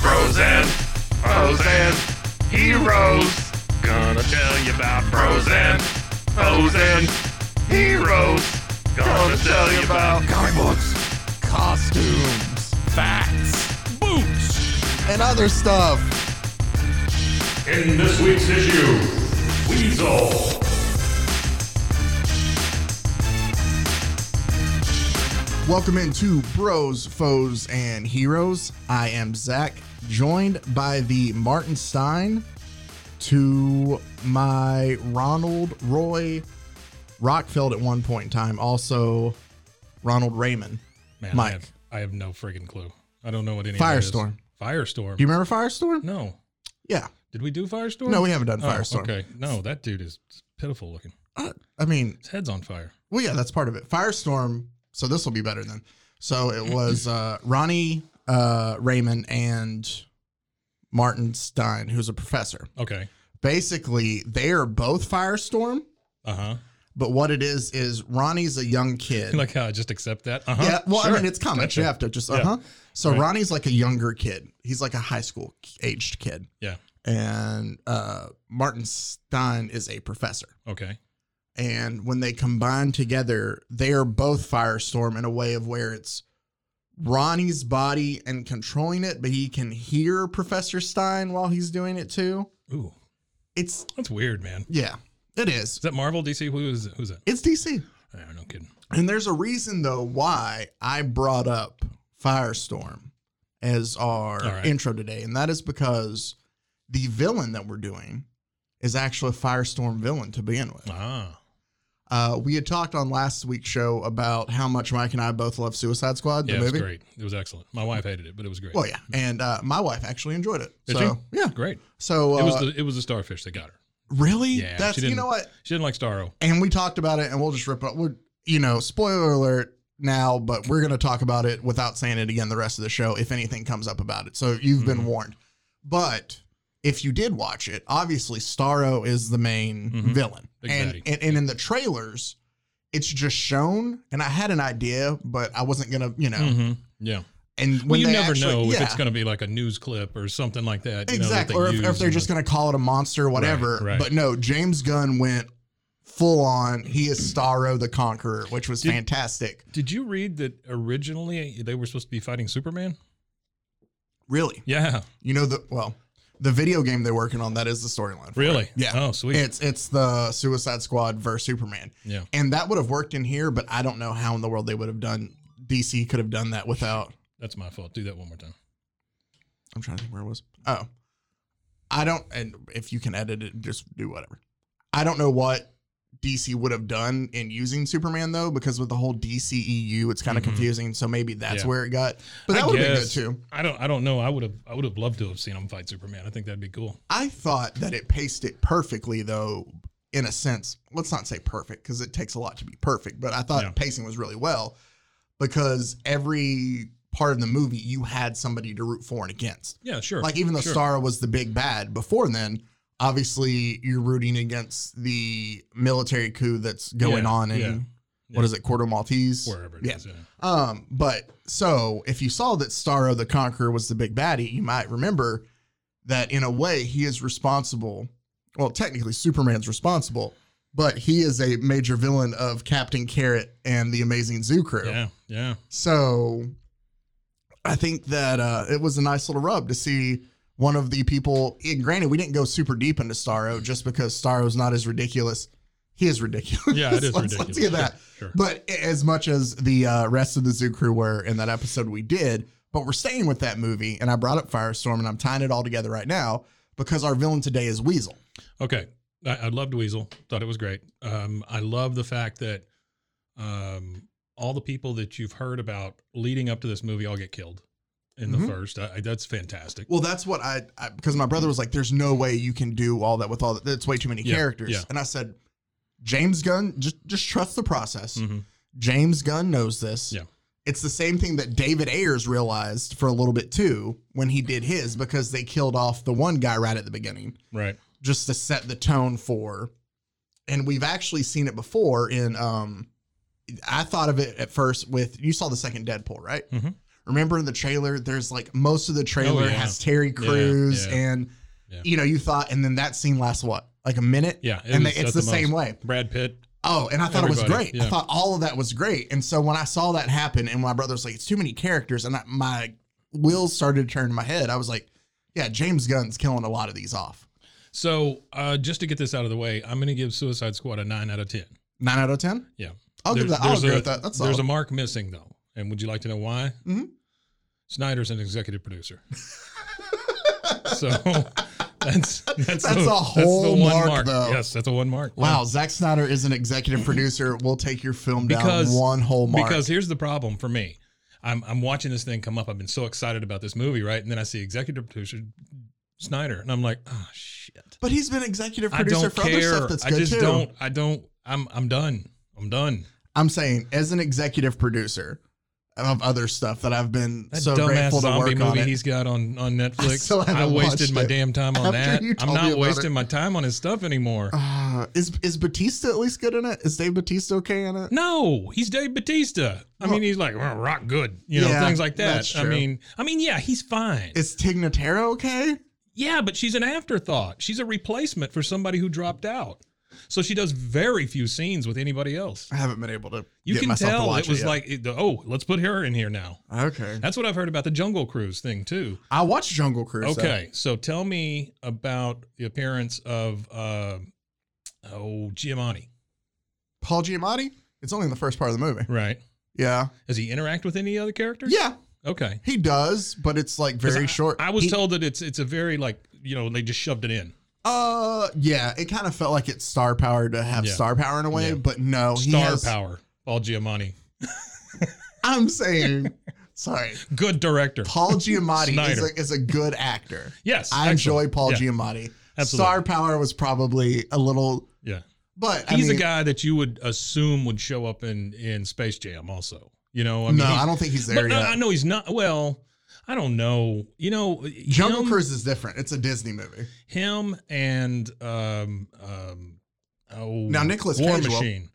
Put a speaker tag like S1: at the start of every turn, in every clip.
S1: Frozen, frozen, heroes. Gonna tell you about frozen, frozen, heroes. Gonna tell you about
S2: comic books, costumes,
S1: facts, boots.
S2: and other stuff.
S1: In this week's issue, Weasel.
S3: Welcome into Bros, Foes, and Heroes. I am Zach, joined by the Martin Stein to my Ronald Roy Rockfeld at one point in time, also Ronald Raymond.
S4: Man,
S3: Mike.
S4: I have, I have no friggin' clue. I don't know what any
S3: Firestorm.
S4: Of that is. Firestorm.
S3: Do you remember Firestorm?
S4: no.
S3: Yeah.
S4: Did we do Firestorm?
S3: No, we haven't done
S4: Oh,
S3: Firestorm.
S4: okay. No, that dude is pitiful looking.
S3: Uh, I mean,
S4: His head's on fire.
S3: well, yeah, that's part of it. Firestorm, so this will be better then. So
S4: Mm-hmm.
S3: it was uh, Ronnie uh, Raymond and Martin Stein, who's a professor.
S4: Okay.
S3: basically they are both Firestorm,
S4: Uh huh.
S3: but what it is is Ronnie's a young kid.
S4: Like how I just accept that. Uh huh.
S3: Uh, yeah, well, I mean, it's comics. You have to just,
S4: Yeah.
S3: uh huh. So
S4: Right.
S3: Ronnie's like a younger kid. He's like a high school aged kid.
S4: Yeah.
S3: And uh, Martin Stein is a professor.
S4: Okay.
S3: And when they combine together, they are both Firestorm in a way of where it's Ronnie's body and controlling it, but he can hear Professor Stein while he's doing it too.
S4: Ooh,
S3: It's,
S4: that's weird, man.
S3: yeah, it is.
S4: Is that Marvel, DC? Who is who's that?
S3: It's DC.
S4: I don't know, kidding.
S3: And there's a reason though why I brought up Firestorm as our
S4: All right.
S3: intro today, and that is because the villain that we're doing is actually a Firestorm villain to begin with.
S4: Ah,
S3: Uh, we had talked on last week's show about how much Mike and I both love Suicide Squad, the
S4: yeah, it was
S3: movie.
S4: great. It was excellent. My wife hated it, but it was great.
S3: Well, yeah, and uh, my wife actually enjoyed it.
S4: Did
S3: so
S4: she?
S3: yeah,
S4: great.
S3: so uh,
S4: it was the it was the starfish that got her.
S3: really
S4: Yeah,
S3: that's
S4: she
S3: you
S4: didn't-
S3: know what
S4: She didn't like Starro.
S3: and we talked about it and we'll just rip up we're you know spoiler alert now but we're going to talk about it without saying it again the rest of the show if anything comes up about it so you've
S4: Mm-hmm.
S3: been warned but if you did watch it obviously starro is the main
S4: Mhm.
S3: villain
S4: Big
S3: and,
S4: baddie.
S3: and and in the trailers it's just shown and i had an idea but i wasn't going to you know
S4: Mm-hmm. Yeah.
S3: and when
S4: Well, you
S3: they
S4: never
S3: actually-
S4: know if
S3: yeah,
S4: it's going to be like a news clip or something like that. You
S3: exactly
S4: Know,
S3: or
S4: that
S3: if, or
S4: use
S3: if they're
S4: and
S3: just
S4: like-
S3: going to call it a monster or whatever
S4: right.
S3: but no james gunn went full on he is starro the conqueror which was
S4: Did-
S3: fantastic
S4: Did you read that originally they were supposed to be fighting Superman?
S3: really
S4: Yeah.
S3: you know the well the video game they're working on that is the storyline for it.
S4: Really?
S3: yeah
S4: Oh, sweet.
S3: it's it's the suicide squad versus superman
S4: yeah.
S3: and that would have worked in here but i don't know how in the world they would have done dc could have done that without
S4: That's my fault. Do that one more time.
S3: i'm trying to think where it was oh i don't and if you can edit it just do whatever i don't know what DC would have done in using Superman though, because with the whole DCEU, it's kind of
S4: Mhm.
S3: confusing. So maybe that's
S4: Yeah.
S3: where it got. But
S4: I
S3: that would have been good
S4: guess.
S3: too.
S4: I don't. I don't know. I would have. I would have loved to have seen him fight Superman. I think that'd be cool.
S3: I thought that it paced it perfectly, though, in a sense. Let's not say perfect because it takes a lot to be perfect, but I thought
S4: Yeah.
S3: pacing was really well because every part of the movie you had somebody to root for and against.
S4: Yeah. Sure.
S3: Like, even though
S4: sure.
S3: Starro was the big bad before then, obviously you're rooting against the military coup that's going
S4: Yeah,
S3: on in,
S4: yeah,
S3: what is it, Corto Maltese?
S4: Wherever it
S3: yeah.
S4: is, yeah.
S3: Um, but so if you saw that Starro the Conqueror was the big baddie, you might remember that in a way he is responsible. Well, technically Superman's responsible but he is a major villain of Captain Carrot and the Amazing Zoo Crew.
S4: Yeah, yeah.
S3: So I think that uh, it was a nice little rub to see one of the people. And granted, we didn't go super deep into Starro just because Starro's not as ridiculous. He is ridiculous.
S4: Yeah, it is
S3: let's,
S4: ridiculous.
S3: Let's get that.
S4: Sure, sure.
S3: But as much as the uh, rest of the zoo crew were in that episode, we did. But we're staying with that movie, and I brought up Firestorm, and I'm tying it all together right now because our villain today is Weasel.
S4: Okay. I, I loved Weasel. Thought it was great. Um, I love the fact that um, all the people that you've heard about leading up to this movie all get killed in
S3: Mhm.
S4: the first. I, I- that's fantastic.
S3: Well, that's what I, I because my brother was like, "There's no way you can do all that with all that. That's way too many
S4: Yeah,
S3: characters."
S4: yeah.
S3: And I said, "James Gunn, just just trust the process.
S4: Mhm.
S3: James Gunn knows this.
S4: Yeah.
S3: It's the same thing that David Ayers realized for a little bit too when he did his because they killed off the one guy right at the beginning
S4: Right.
S3: just to set the tone for and we've actually seen it before in um I thought of it at first with you saw the second Deadpool, right?
S4: Mhm.
S3: Remember in the trailer, there's like most of the trailer
S4: Oh, yeah.
S3: has Terry Crews
S4: yeah.
S3: and
S4: Yeah.
S3: you know, you thought and then that scene lasts what? Like a minute?
S4: Yeah.
S3: And they,
S4: was
S3: it's
S4: at
S3: the, same
S4: most.
S3: way.
S4: Brad Pitt.
S3: Oh, and I thought it was
S4: Everybody,
S3: great. I
S4: yeah.
S3: thought all of that was great. And so when I saw that happen, and my brother's like, it's too many characters, and I, my wheels started to turn in my head, I was like, yeah, James Gunn's killing a lot of these off.
S4: So uh, just to get this out of the way, I'm going to give Suicide Squad a nine out of 10.
S3: Nine out of 10?
S4: Yeah.
S3: I'll give that. I'll
S4: there's
S3: agree
S4: a-
S3: with that. That's
S4: There's
S3: all.
S4: a mark missing, though. And would you like to know why?
S3: Mhm.
S4: Snyder's an executive producer. so that's that's,
S3: That's a whole mark, though.
S4: Yes, that's a one mark.
S3: wow, Zack Snyder is an executive producer. We'll take your film down
S4: Because-
S3: one whole mark.
S4: Because here's the problem for me. I'm I'm watching this thing come up. I've been so excited about this movie, right? And then I see executive producer Snyder, and I'm like, oh shit.
S3: but he's been executive
S4: I
S3: producer
S4: don't
S3: for
S4: care.
S3: other stuff that's
S4: I
S3: good
S4: just
S3: too.
S4: don't. I don't. I'm I'm done. I'm done.
S3: I'm saying as an executive producer of other stuff that I've been
S4: That
S3: so
S4: dumbass
S3: grateful to
S4: zombie
S3: work on.
S4: movie
S3: it.
S4: he's got on on Netflix.
S3: still
S4: I,
S3: haven't watched
S4: wasted my
S3: it.
S4: damn time on
S3: After
S4: that.
S3: you
S4: I'm
S3: told me
S4: not
S3: about
S4: wasting
S3: it.
S4: my time on his stuff anymore.
S3: Uh, is is Batista at least good in it? Is Dave Batista okay in it?
S4: No, he's Dave Batista. I mean, he's like "Well, rock good, you know,
S3: Yeah,
S4: things like that.
S3: that's
S4: I
S3: true.
S4: mean, I mean, yeah, he's fine.
S3: Is Tig Notaro okay?
S4: Yeah, but she's an afterthought. She's a replacement for somebody who dropped out. So she does very few scenes with anybody else.
S3: I haven't been able to.
S4: You
S3: get
S4: can
S3: myself to
S4: tell
S3: watch
S4: it was
S3: yet.
S4: like, it- oh, let's put her in here now.
S3: okay.
S4: That's what I've heard about the Jungle Cruise thing too.
S3: I watched Jungle Cruise. though.
S4: Okay, so tell me about the appearance of uh, oh Giamatti,
S3: Paul Giamatti. It's only in the first part of the movie.
S4: right?
S3: Yeah.
S4: Does he interact with any other characters?
S3: Yeah.
S4: Okay.
S3: He does, but it's like
S4: 'Cause
S3: very
S4: I-
S3: short.
S4: I was
S3: He-
S4: told that it's it's a very like you know they just shoved it in.
S3: Uh, yeah, it kind of felt like it's star power to have
S4: Yeah.
S3: star power in a way,
S4: Yeah.
S3: but no, he
S4: Star
S3: has-
S4: power, Paul Giamatti,
S3: I'm saying, sorry,
S4: good director.
S3: Paul Giamatti is
S4: Snyder.
S3: a, is a good actor.
S4: Yes,
S3: I
S4: excellent.
S3: enjoy Paul
S4: Yeah.
S3: Giamatti.
S4: Absolutely.
S3: Star power was probably a little,
S4: Yeah.
S3: but
S4: he's
S3: I mean,
S4: a guy that you would assume would show up in in Space Jam also. You know, I
S3: no,
S4: he's-
S3: I don't think he's
S4: but
S3: there
S4: no,
S3: yet.
S4: I know he's not. Well, I don't know. You know,
S3: Jungle
S4: him,
S3: Cruise is different. It's a Disney movie.
S4: him and um um oh
S3: Now, Nicolas
S4: War
S3: Cage will-
S4: Machine.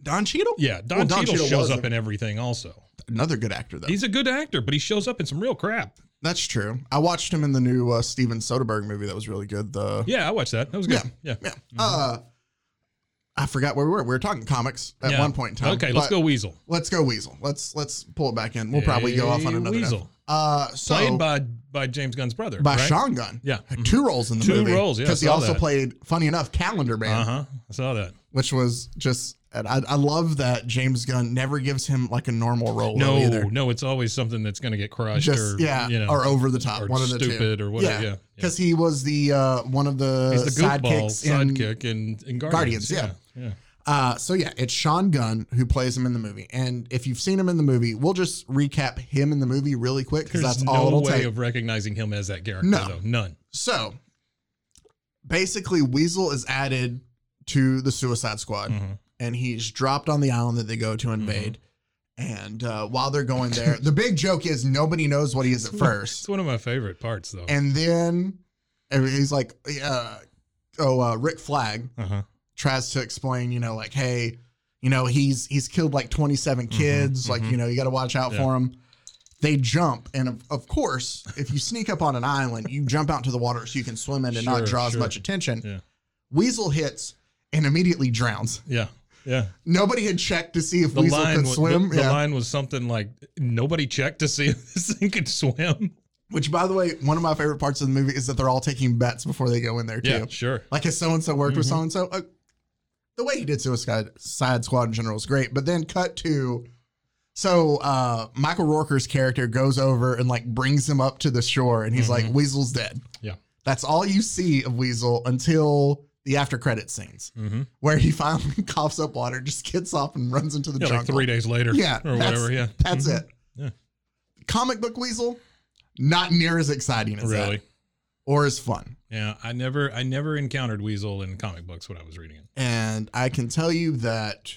S3: Don Cheadle,
S4: Yeah, Don,
S3: Well, Don
S4: Cheadle,
S3: Cheadle was
S4: shows up
S3: a-
S4: in everything also.
S3: another good actor though.
S4: He's a good actor, but he shows up in some real crap.
S3: That's true. I watched him in the new uh, Steven Soderbergh movie that was really good. The
S4: Yeah, I watched that. That was good. Yeah.
S3: Yeah. Uh, I forgot where we were. We were talking comics at
S4: Yeah.
S3: one point in time.
S4: Okay, let's
S3: but
S4: go Weasel.
S3: Let's go Weasel. Let's let's pull it back in. We'll probably go off on
S4: Hey,
S3: another.
S4: Weasel.
S3: Uh, so
S4: Played by by James Gunn's brother.
S3: by
S4: right?
S3: Sean Gunn.
S4: Yeah. Mm-hmm.
S3: Had two roles in the
S4: Two
S3: movie.
S4: roles, yeah, I
S3: Because he
S4: saw
S3: also
S4: that.
S3: played, funny enough, Calendar Man,
S4: Uh huh. I saw that.
S3: which was just. And I, I love that James Gunn never gives him like a normal role.
S4: No,
S3: though, either.
S4: no, it's always something that's going to get crushed
S3: Just
S4: or
S3: yeah,
S4: you know,
S3: or over the top,
S4: or
S3: one of the two.
S4: stupid or whatever, yeah, yeah.
S3: because he was the uh, one of the,
S4: he's the goofball
S3: sidekicks in
S4: sidekick in, in
S3: Guardians,
S4: Guardians.
S3: yeah.
S4: yeah, yeah.
S3: Uh, so yeah, it's Sean Gunn who plays him in the movie, and if you've seen him in the movie, we'll just recap him in the movie really quick because
S4: There's
S3: that's
S4: no
S3: all it'll
S4: way
S3: take.
S4: of recognizing him as that character.
S3: No.
S4: though. none.
S3: so basically, Weasel is added to the Suicide Squad,
S4: Mhm.
S3: and he's dropped on the island that they go
S4: Mm-hmm.
S3: to invade. And uh, while they're going there, the big joke is nobody knows what he is at first.
S4: It's one of my favorite parts, though.
S3: And then and he's like, uh, "Oh, uh, Rick Flag
S4: uh-huh.
S3: tries to explain, you know, like, hey, you know, he's he's killed like 27 kids, like, you know, you got to watch out
S4: Mm-hmm. Yeah.
S3: for him. They jump, and of, of course, if you sneak up on an island, you jump out to the water so you can swim in and not
S4: Sure,
S3: draw as
S4: sure.
S3: much attention.
S4: Yeah.
S3: Weasel hits and immediately drowns.
S4: Yeah. Yeah.
S3: Nobody had checked to see if
S4: The
S3: Weasel
S4: line
S3: could
S4: was
S3: swim.
S4: The, the
S3: yeah.
S4: line was something like nobody checked to see if this thing could swim.
S3: Which, by the way, one of my favorite parts of the movie is that they're all taking bets before they go in there, too.
S4: Yeah, sure.
S3: Like, has so and so worked with
S4: Mhm.
S3: so and so? The way he did Suicide Side Squad in general is great. But then cut to. So uh, Michael Rourke's character goes over and like brings him up to the shore, and he's like, "Weasel's dead."
S4: Mm-hmm. Yeah.
S3: that's all you see of Weasel until the after credit scenes,
S4: Mhm.
S3: where he finally coughs up water, just gets off, and runs into the
S4: Yeah,
S3: jungle.
S4: like three days later.
S3: Yeah,
S4: Or
S3: that's-
S4: whatever. Yeah.
S3: That's
S4: Mhm.
S3: it.
S4: Yeah.
S3: Comic book Weasel, not near as exciting as
S4: Really.
S3: that, or as fun.
S4: Yeah. I never I never encountered Weasel in comic books when I was reading it.
S3: And I can tell you that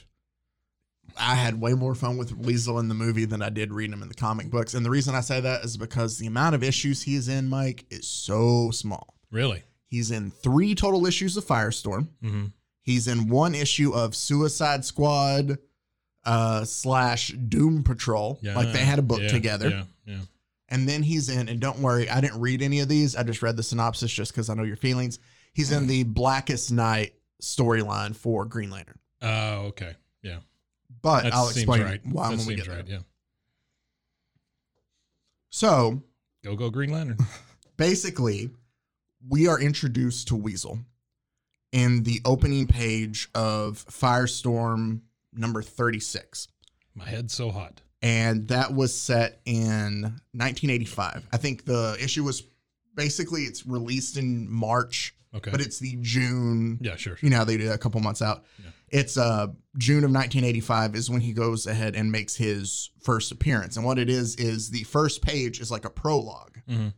S3: I had way more fun with Weasel in the movie than I did reading him in the comic books. And the reason I say that is because the amount of issues he is in, Mike, is so small.
S4: Really?
S3: He's in three total issues of Firestorm.
S4: Mm-hmm.
S3: He's in one issue of Suicide Squad uh, slash Doom Patrol. Like they had a book
S4: yeah,
S3: together.
S4: Yeah. Yeah.
S3: And then he's in, and don't worry, I didn't read any of these. I just read the synopsis just because I know your feelings. He's in the Blackest Night storyline for Green Lantern.
S4: Oh, okay. Yeah.
S3: But
S4: That
S3: I'll
S4: seems
S3: explain
S4: right.
S3: why
S4: that
S3: when we
S4: seems
S3: get there.
S4: right. Yeah.
S3: So
S4: Go go Green Lantern.
S3: basically, we are introduced to Weasel in the opening page of Firestorm number 36.
S4: My head's so hot.
S3: and that was set in 1985. I think the issue was basically it's released in March,
S4: Okay.
S3: but it's the June.
S4: yeah, sure.
S3: You know how they do that a couple months out.
S4: Yeah.
S3: It's uh June of 1985 is when he goes ahead and makes his first appearance. And what it is is the first page is like a prologue,
S4: Mhm.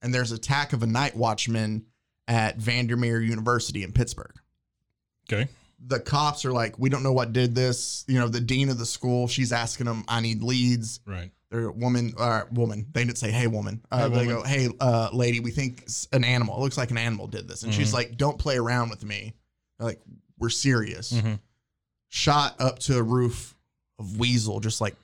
S3: and there's attack of a night watchman at Vandermeer University in Pittsburgh
S4: Okay.
S3: the cops are like, we don't know what did this. You know, the dean of the school, she's asking them, I need leads.
S4: Right.
S3: They're woman, uh, woman. They didn't say, hey, woman. Uh,
S4: Hey,
S3: they
S4: woman.
S3: go, hey, uh, lady, we think s- an animal. It looks like an animal did this. And she's
S4: Mm-hmm.
S3: like, don't play around with me. They're like, we're serious.
S4: Mhm.
S3: Shot up to a roof of weasel, just like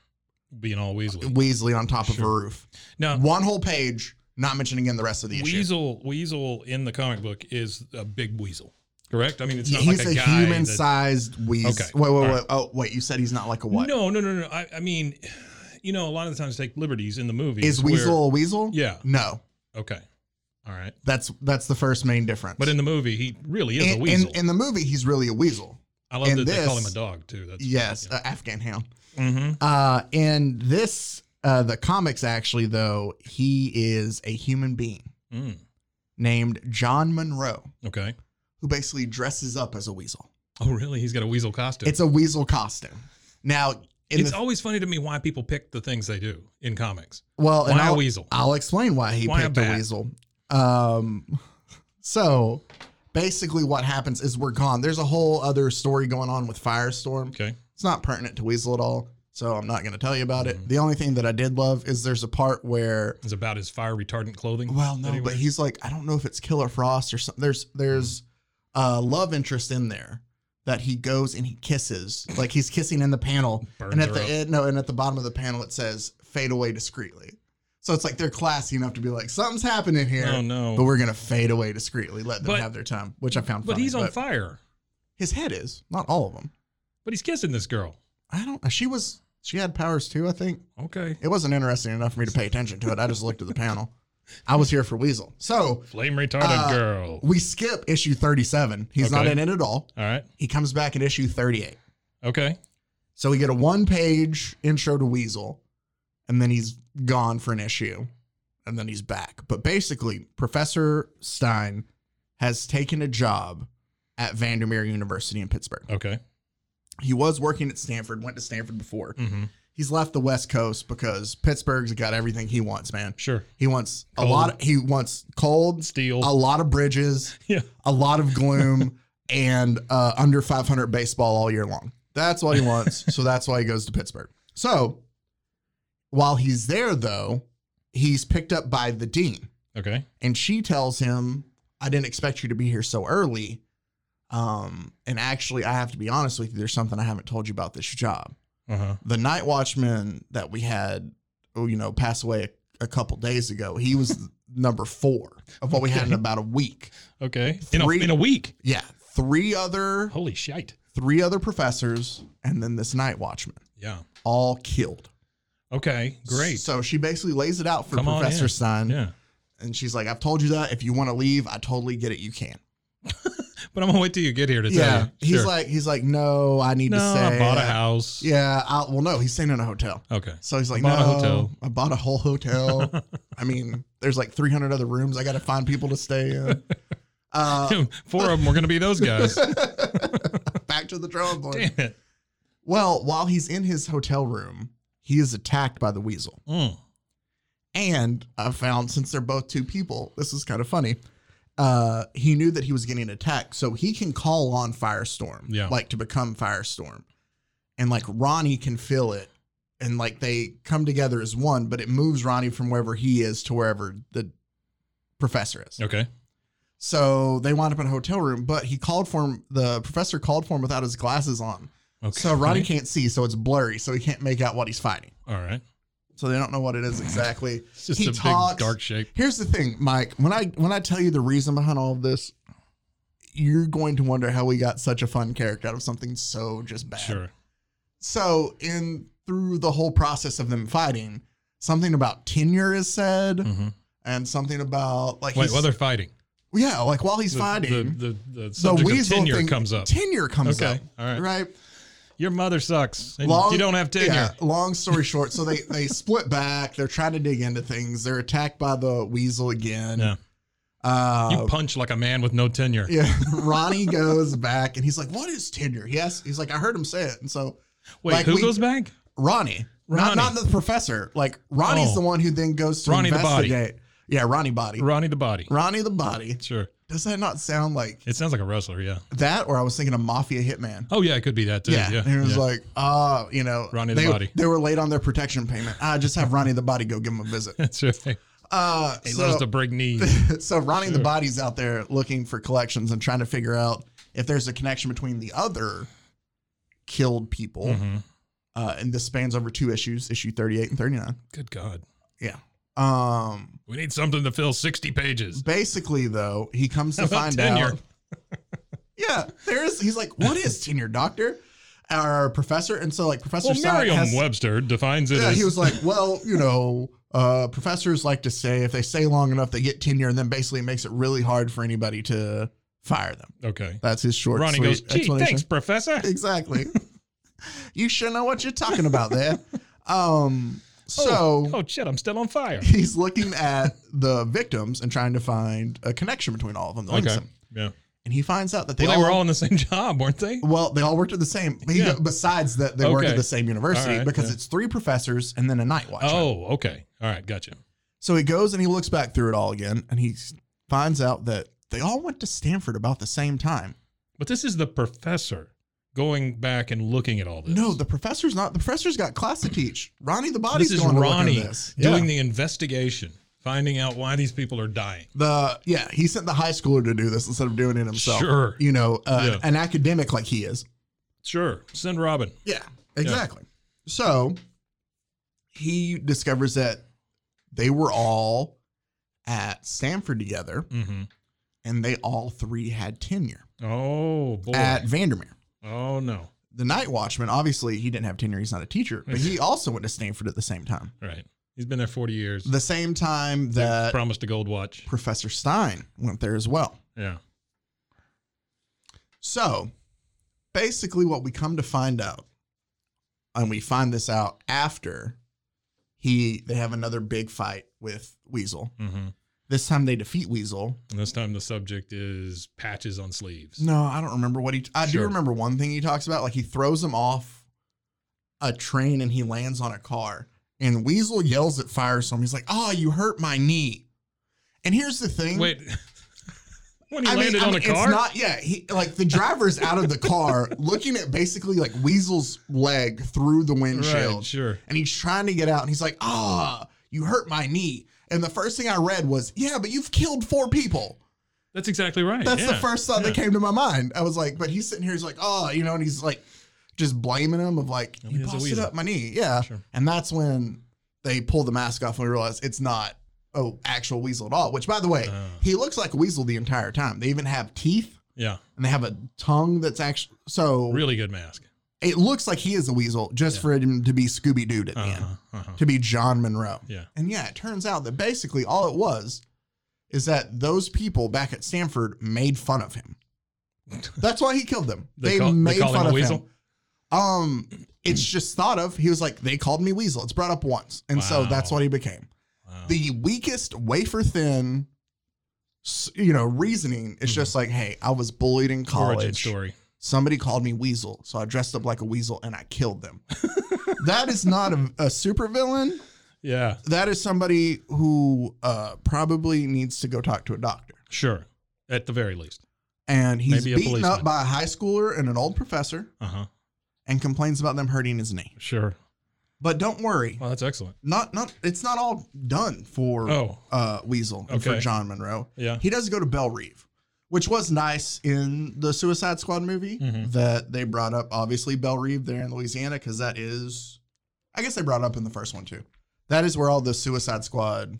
S4: Being all Weasley.
S3: Weasley on top of a roof.
S4: Now
S3: One whole page, not mentioning again the rest of the issue.
S4: Uh. Weasel Weasel in the comic book is a big weasel. Correct? I mean it's
S3: Yeah,
S4: not
S3: he's
S4: like a,
S3: a,
S4: guy
S3: human
S4: that-
S3: sized weasel.
S4: Okay.
S3: Wait,
S4: All
S3: wait, wait.
S4: right.
S3: Oh, wait. You said he's not like a what?
S4: No, no, no, no. I, I mean, you know, a lot of the times take liberties in the movie.
S3: Is Weasel a weasel?
S4: Yeah.
S3: No.
S4: Okay. All right.
S3: That's that's the first main difference.
S4: But in the movie, he really is
S3: In-
S4: a weasel.
S3: In, in the movie, he's really a weasel.
S4: I love
S3: in
S4: that they call
S3: this-
S4: him a dog too. That's
S3: Yes,
S4: Yeah.
S3: uh, Afghan hound.
S4: hmm
S3: Uh, in this, uh, the comics actually though, he is a human being
S4: Mm.
S3: named John Monroe
S4: Okay.
S3: who basically dresses up as a weasel.
S4: Oh, really? He's got a weasel costume.
S3: It's a weasel costume. Now, in
S4: it's
S3: the,
S4: always funny to me why people pick the things they do in comics.
S3: well, and
S4: why a
S3: I'll,
S4: weasel?
S3: I'll explain why he
S4: Why a
S3: picked a,
S4: bat?
S3: weasel. Um, so basically, what happens is we're gone. There's a whole other story going on with Firestorm.
S4: Okay.
S3: It's not pertinent to Weasel at all, so I'm not going to tell you about
S4: Mm-hmm.
S3: it. The only thing that I did love is there's a part where,
S4: It's about his fire retardant clothing.
S3: well,
S4: that he
S3: no, but
S4: wears.
S3: he's like, I don't know if it's Killer Frost or something. There's there's a love interest in there that he goes and he kisses, like he's kissing in the panel,
S4: Burns
S3: and at
S4: her
S3: the
S4: up.
S3: end, no, and at the bottom of the panel it says fade away discreetly. So it's like they're classy enough to be like something's happening here.
S4: Oh, no.
S3: But we're gonna fade away discreetly, let them
S4: But-
S3: have their time, which I found.
S4: But
S3: funny,
S4: he's on fire.
S3: His head is not all of them.
S4: But he's kissing this girl.
S3: I don't. uh, She was. She had powers too. I think.
S4: Okay.
S3: It wasn't interesting enough for me to pay attention to it. I just looked at the panel. I was here for Weasel. So
S4: Flame retardant
S3: uh,
S4: girl.
S3: we skip issue 37. He's not
S4: Okay.
S3: in it at all.
S4: All right.
S3: He comes back in issue 38.
S4: Okay.
S3: So we get a one page intro to Weasel, and then he's gone for an issue, and then he's back. But basically, Professor Stein has taken a job at Vandermeer University in Pittsburgh.
S4: Okay.
S3: He was working at Stanford, went to Stanford before.
S4: hmm
S3: He's left the West Coast because Pittsburgh's got everything he wants, man.
S4: Sure.
S3: He wants
S4: Cold.
S3: a lot. Of, he wants cold,
S4: Steel.
S3: a lot of bridges,
S4: yeah.
S3: a lot of gloom, and uh, under 500 baseball all year long. That's what he wants. so that's why he goes to Pittsburgh. So while he's there, though, he's picked up by the dean,
S4: Okay.
S3: and she tells him, "I didn't expect you to be here so early." Um, and actually, I have to be honest with you. There's something I haven't told you about this job
S4: Uh huh.
S3: the night watchman that we had, oh, you know, pass away a, a couple days ago, he was number four of what we had in about a week.
S4: Okay. In a,
S3: Three-
S4: in a week.
S3: Yeah. three other
S4: Holy shite.
S3: three other professors, and then this night watchman,
S4: Yeah.
S3: all killed.
S4: Okay. Great.
S3: So she basically lays it out for
S4: Come on
S3: Professor
S4: in.
S3: Stein,
S4: yeah.
S3: and she's like, "I've told you that. If you want to leave, I totally get it. You can."
S4: But I'm gonna wait till you get here to tell
S3: yeah,
S4: you.
S3: he's
S4: Sure.
S3: like, he's like, "No, I need
S4: no,
S3: to say
S4: I bought a house.
S3: Yeah, I, well, no, he's staying in a hotel.
S4: Okay.
S3: So he's like,
S4: Bought
S3: no,
S4: a hotel."
S3: I bought a whole hotel. I mean, there's like 300 other rooms. I got to find people to stay in. Uh,
S4: Four of them were gonna be those guys.
S3: back to the drawing board.
S4: Damn it.
S3: Well, while he's in his hotel room, he is attacked by the weasel.
S4: Mm.
S3: And I found since they're both two people, this is kind of funny. Uh, he knew that he was getting attacked, so he can call on Firestorm,
S4: Yeah.
S3: like to become Firestorm, and like Ronnie can feel it, and like they come together as one, but it moves Ronnie from wherever he is to wherever the professor is.
S4: Okay.
S3: So they wind up in a hotel room, but he called for him. The professor called for him without his glasses on,
S4: Okay.
S3: so Ronnie can't see, so it's blurry, so he can't make out what he's fighting.
S4: All right.
S3: So they don't know what it is exactly.
S4: It's just
S3: He
S4: a
S3: talks-
S4: big dark shape.
S3: Here's the thing, Mike. When I when I tell you the reason behind all of this, you're going to wonder how we got such a fun character out of something so just bad.
S4: Sure.
S3: So in through the whole process of them fighting, something about tenure is said,
S4: hmm
S3: and something about like
S4: Wait,
S3: he's-
S4: while they're fighting.
S3: yeah, like while he's
S4: The-
S3: fighting,
S4: The, the, the subject of tenure comes up.
S3: Tenure comes
S4: Okay,
S3: up.
S4: all right.
S3: Right.
S4: Your mother sucks. and you don't have tenure.
S3: yeah, long story short, so they they split back. They're trying to dig into things. They're attacked by the weasel again.
S4: Yeah.
S3: Uh,
S4: You punch like a man with no tenure.
S3: yeah. Ronnie goes back and he's like, "What is tenure?" Yes. He's like, "I heard him say it." And so
S4: Wait,
S3: like
S4: who
S3: we-
S4: goes back?
S3: Ronnie,
S4: Ronnie.
S3: Not, not the professor. Like Ronnie's
S4: Oh.
S3: the one who then goes to
S4: Ronnie the body.
S3: investigate. Yeah, Ronnie body.
S4: Ronnie the body.
S3: Ronnie the body.
S4: Sure.
S3: Does that not sound like
S4: It sounds like a wrestler, yeah.
S3: that? Or I was thinking a mafia hitman.
S4: Oh yeah, it could be that too.
S3: Yeah.
S4: Yeah.
S3: And it was
S4: yeah.
S3: like, ah, you know,
S4: Ronnie the
S3: they,
S4: Body.
S3: They were late on their protection payment. I just have Ronnie the Body go give him a visit.
S4: That's right.
S3: Uh,
S4: He
S3: so,
S4: loves to break knees.
S3: so Ronnie the Body's out there looking for collections and trying to figure out if there's a connection between the other killed people.
S4: Mhm.
S3: Uh, and this spans over two issues, issue 38 and 39.
S4: Good God.
S3: Yeah. Um,
S4: We need something to fill 60 pages.
S3: basically, though, he comes to
S4: How about
S3: find
S4: tenure?
S3: out. Yeah, there's. He's like, "What is tenure, doctor, or professor?" And so, like, Professor
S4: Well,
S3: Sy has-
S4: Merriam-Webster defines it
S3: Yeah,
S4: as
S3: he was like, well, you know, uh, professors like to say if they stay long enough, they get tenure, and then basically it makes it really hard for anybody to fire them.
S4: Okay.
S3: That's his short.
S4: Ronnie
S3: sweet
S4: goes, gee,
S3: explanation."
S4: thanks, Professor.
S3: Exactly. you sure know what you're talking about there. Um, so
S4: oh, oh shit, I'm still on fire.
S3: he's looking at the victims and trying to find a connection between all of them. the links
S4: Okay.
S3: them.
S4: Yeah.
S3: And he finds out that
S4: They,
S3: they,
S4: well,
S3: all,
S4: they were all in the same job, weren't they?
S3: well, they all worked at the same. But he
S4: Yeah.
S3: go- besides that, they worked
S4: Okay.
S3: at the same university
S4: All right,
S3: because
S4: yeah.
S3: it's three professors and then a night watchman.
S4: Oh, okay. All right, gotcha.
S3: So he goes and he looks back through it all again, and he s- finds out that they all went to Stanford about the same time.
S4: But this is the professor going back and looking at all this.
S3: No, the professor's not. The professor's got class to teach. Ronnie the body's
S4: this is
S3: going to
S4: Ronnie
S3: look into this.
S4: doing
S3: yeah.
S4: the investigation, finding out why these people are dying.
S3: the yeah. He sent the high schooler to do this instead of doing it himself.
S4: Sure.
S3: you know, uh,
S4: Yeah.
S3: an academic like he is.
S4: Sure. Send Robin.
S3: Yeah, exactly. So he discovers that they were all at Stanford together,
S4: hmm
S3: and they all three had tenure
S4: Oh, boy.
S3: at Vandermeer.
S4: oh, no.
S3: the night watchman obviously he didn't have tenure he's not a teacher but he also went to stanford at the same time
S4: Right. He's been there 40 years.
S3: the same time
S4: They
S3: that
S4: promised a gold watch.
S3: professor stein went there as well
S4: Yeah.
S3: so basically what we come to find out and we find this out after he they have another big fight with weasel
S4: hmm
S3: this time they defeat weasel
S4: And this time the subject is patches on sleeves.
S3: no i don't remember what he i do
S4: Sure.
S3: remember one thing he talks about like he throws him off a train and he lands on a car. And Weasel yells at Firestorm. He's like, "Oh, you hurt my knee." And here's the thing.
S4: Wait. when he
S3: I
S4: landed
S3: mean, I
S4: on
S3: mean,
S4: a car?
S3: it's not. Yeah, he, like the driver's out of the car, looking at basically like Weasel's leg through the windshield,
S4: right, sure.
S3: and he's trying to get out. And he's like, "Ah, you hurt my knee." And the first thing I read was, "Yeah, but you've killed four people."
S4: That's exactly right.
S3: That's the
S4: yeah,
S3: first thought that
S4: yeah.
S3: came to my mind. I was like, but he's sitting here, he's like, oh, you know, and he's like just blaming him of like,
S4: I mean,
S3: you
S4: it's Oh, a
S3: busted
S4: weasel.
S3: up my knee. Yeah.
S4: Sure.
S3: And that's when they pull the mask off and we realize it's not a actual weasel at all. Which by the way,
S4: Ah.
S3: he looks like a weasel the entire time. They even have teeth.
S4: Yeah.
S3: and they have a tongue that's actually so.
S4: Really good mask.
S3: It looks like he is a weasel just
S4: Yeah.
S3: for him to be Scooby Doo at the end,
S4: Uh-huh, uh-huh.
S3: to be John Monroe.
S4: Yeah.
S3: And yeah, it turns out that basically all it was is that those people back at Stanford made fun of him. That's why he killed them. They,
S4: call-
S3: made
S4: call
S3: fun of him. Um, it's just thought of. He was like, they called me weasel. It's brought up once, and so
S4: Wow.
S3: that's what he became.
S4: Wow.
S3: The weakest, wafer thin, s- you know, reasoning
S4: Mm-hmm.
S3: is just like, hey, I was bullied in
S4: origin
S3: college.
S4: story.
S3: Somebody called me weasel, so I dressed up like a weasel and I killed them. that is not a, a supervillain
S4: Yeah.
S3: that is somebody who uh, probably needs to go talk to a doctor.
S4: Sure. At the very least.
S3: And he's
S4: Maybe a
S3: beaten
S4: policeman.
S3: up by a high schooler and an old professor
S4: Uh huh.
S3: and complains about them hurting his knee.
S4: Sure.
S3: But don't worry.
S4: Well, that's excellent.
S3: Not not it's not all done for
S4: Oh.
S3: uh, Weasel and for
S4: Okay.
S3: John Monroe.
S4: Yeah.
S3: He does go to Bell Reeve, which was nice in the Suicide Squad movie
S4: Mhm.
S3: that they brought up obviously Bell Reeve there in Louisiana, because that is I guess they brought it up in the first one too. That is where all the Suicide Squad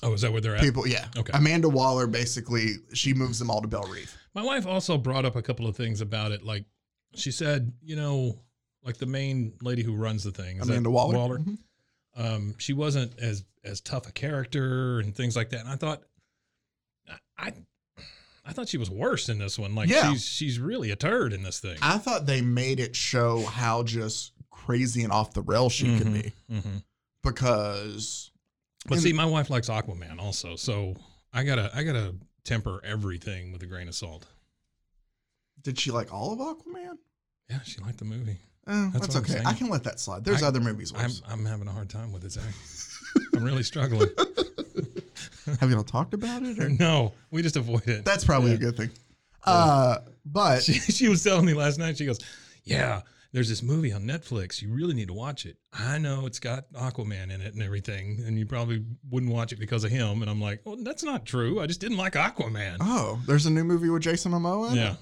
S4: Oh, is that where they're at?
S3: people yeah
S4: Okay.
S3: amanda waller basically she moves them all to bell reef
S4: My wife also brought up a couple of things about it. Like she said, you know, like the main lady who runs the thing, is that
S3: amanda waller, Mhm.
S4: um, she wasn't as as tough a character and things like that. And I thought, I, I thought she was worse in this one. Like
S3: Yeah.
S4: she's she's really a turd in this thing.
S3: i thought they made it show how just crazy and off the rail she could be
S4: hmm
S3: because
S4: But
S3: And-
S4: see, my wife likes Aquaman also, so I gotta I gotta temper everything with a grain of salt.
S3: did she like all of aquaman
S4: Yeah, she liked the movie.
S3: Eh,
S4: That's
S3: that's,
S4: what I'm
S3: okay
S4: saying.
S3: i can let that slide there's
S4: I-
S3: other movies
S4: I'm
S3: worse.
S4: I'm having a hard time with it, Zach. I'm really struggling.
S3: have you all talked about it or
S4: No, we just avoid it.
S3: that's probably
S4: Yeah.
S3: a good thing uh but
S4: she, she was telling me last night. She goes, "Yeah, there's this movie on Netflix. You really need to watch it. I know it's got Aquaman in it and everything, and you probably wouldn't watch it because of him." And I'm like, "Well, that's not true. I just didn't like Aquaman."
S3: oh there's a new movie with jason momoa in it?
S4: yeah,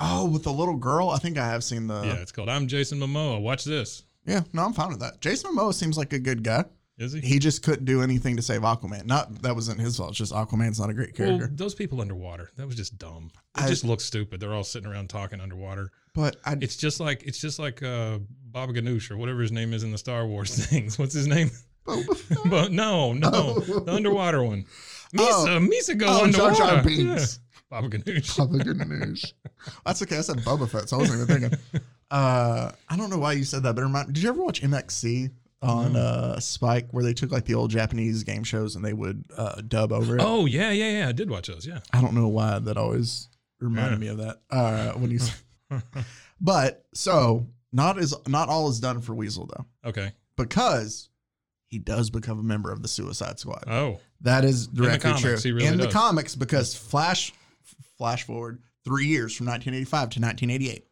S3: oh with the little girl i think i have seen the
S4: yeah. It's called "I'm Jason Momoa." Watch this.
S3: yeah no i'm fine with that jason momoa seems like a good guy
S4: Is he?
S3: he just couldn't do anything to save Aquaman. Not that wasn't his fault. It's just Aquaman's not a great
S4: well,
S3: character.
S4: those people underwater. That was just dumb. It
S3: I-
S4: just looks stupid. They're all sitting around talking underwater.
S3: but I,
S4: It's just like it's just like uh, Baba Ganoush or whatever his name is in the Star Wars things. What's his name? but no, no,
S3: Oh.
S4: the underwater one. Misa, Misa goes
S3: oh, Jar
S4: underwater.
S3: Jar Binks.
S4: Yeah. Baba Ganoush.
S3: Public news. That's okay. I said Boba Fett, so I wasn't even thinking. Uh, I don't know why you said that, but it remind, did you ever watch MXC on uh, Spike, where they took like the old Japanese game shows and they would uh, dub over it?
S4: Oh yeah, yeah, yeah. I did watch those. Yeah.
S3: I don't know why that always reminded
S4: Yeah.
S3: me of that. Uh, when you, s- but so not as not all is done for Weasel though,
S4: Okay.
S3: because he does become a member of the Suicide Squad.
S4: Oh,
S3: That is
S4: the
S3: directly
S4: comics,
S3: true.
S4: he really
S3: in the
S4: does.
S3: comics, because flash, flash forward three years from 1985 to 1988,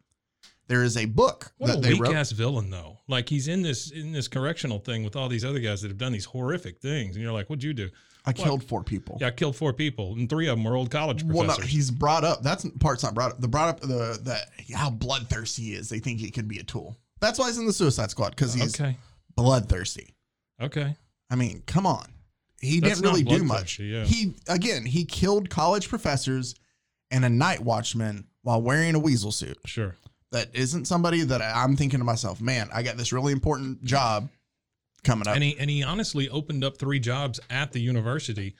S3: there is a book
S4: what
S3: that
S4: a
S3: they
S4: weak
S3: wrote.
S4: ass villain though. Like he's in this in this correctional thing with all these other guys that have done these horrific things, and you're like, what'd you do?
S3: I killed four people.
S4: Yeah, I killed four people, and three of them were old college
S3: well,
S4: professors.
S3: no, he's brought up. That's part's not brought up. The brought up the the how bloodthirsty he is. They think he could be a tool. That's why he's in the Suicide Squad because he's
S4: okay.
S3: bloodthirsty.
S4: Okay.
S3: I mean, come on. He
S4: That's
S3: didn't really
S4: not
S3: do much.
S4: bloodthirsty, yeah.
S3: He again, he killed college professors and a night watchman while wearing a weasel suit.
S4: Sure.
S3: that isn't somebody that I- I'm thinking to myself, man, I got this really important job coming up.
S4: and he and he honestly opened up three jobs at the university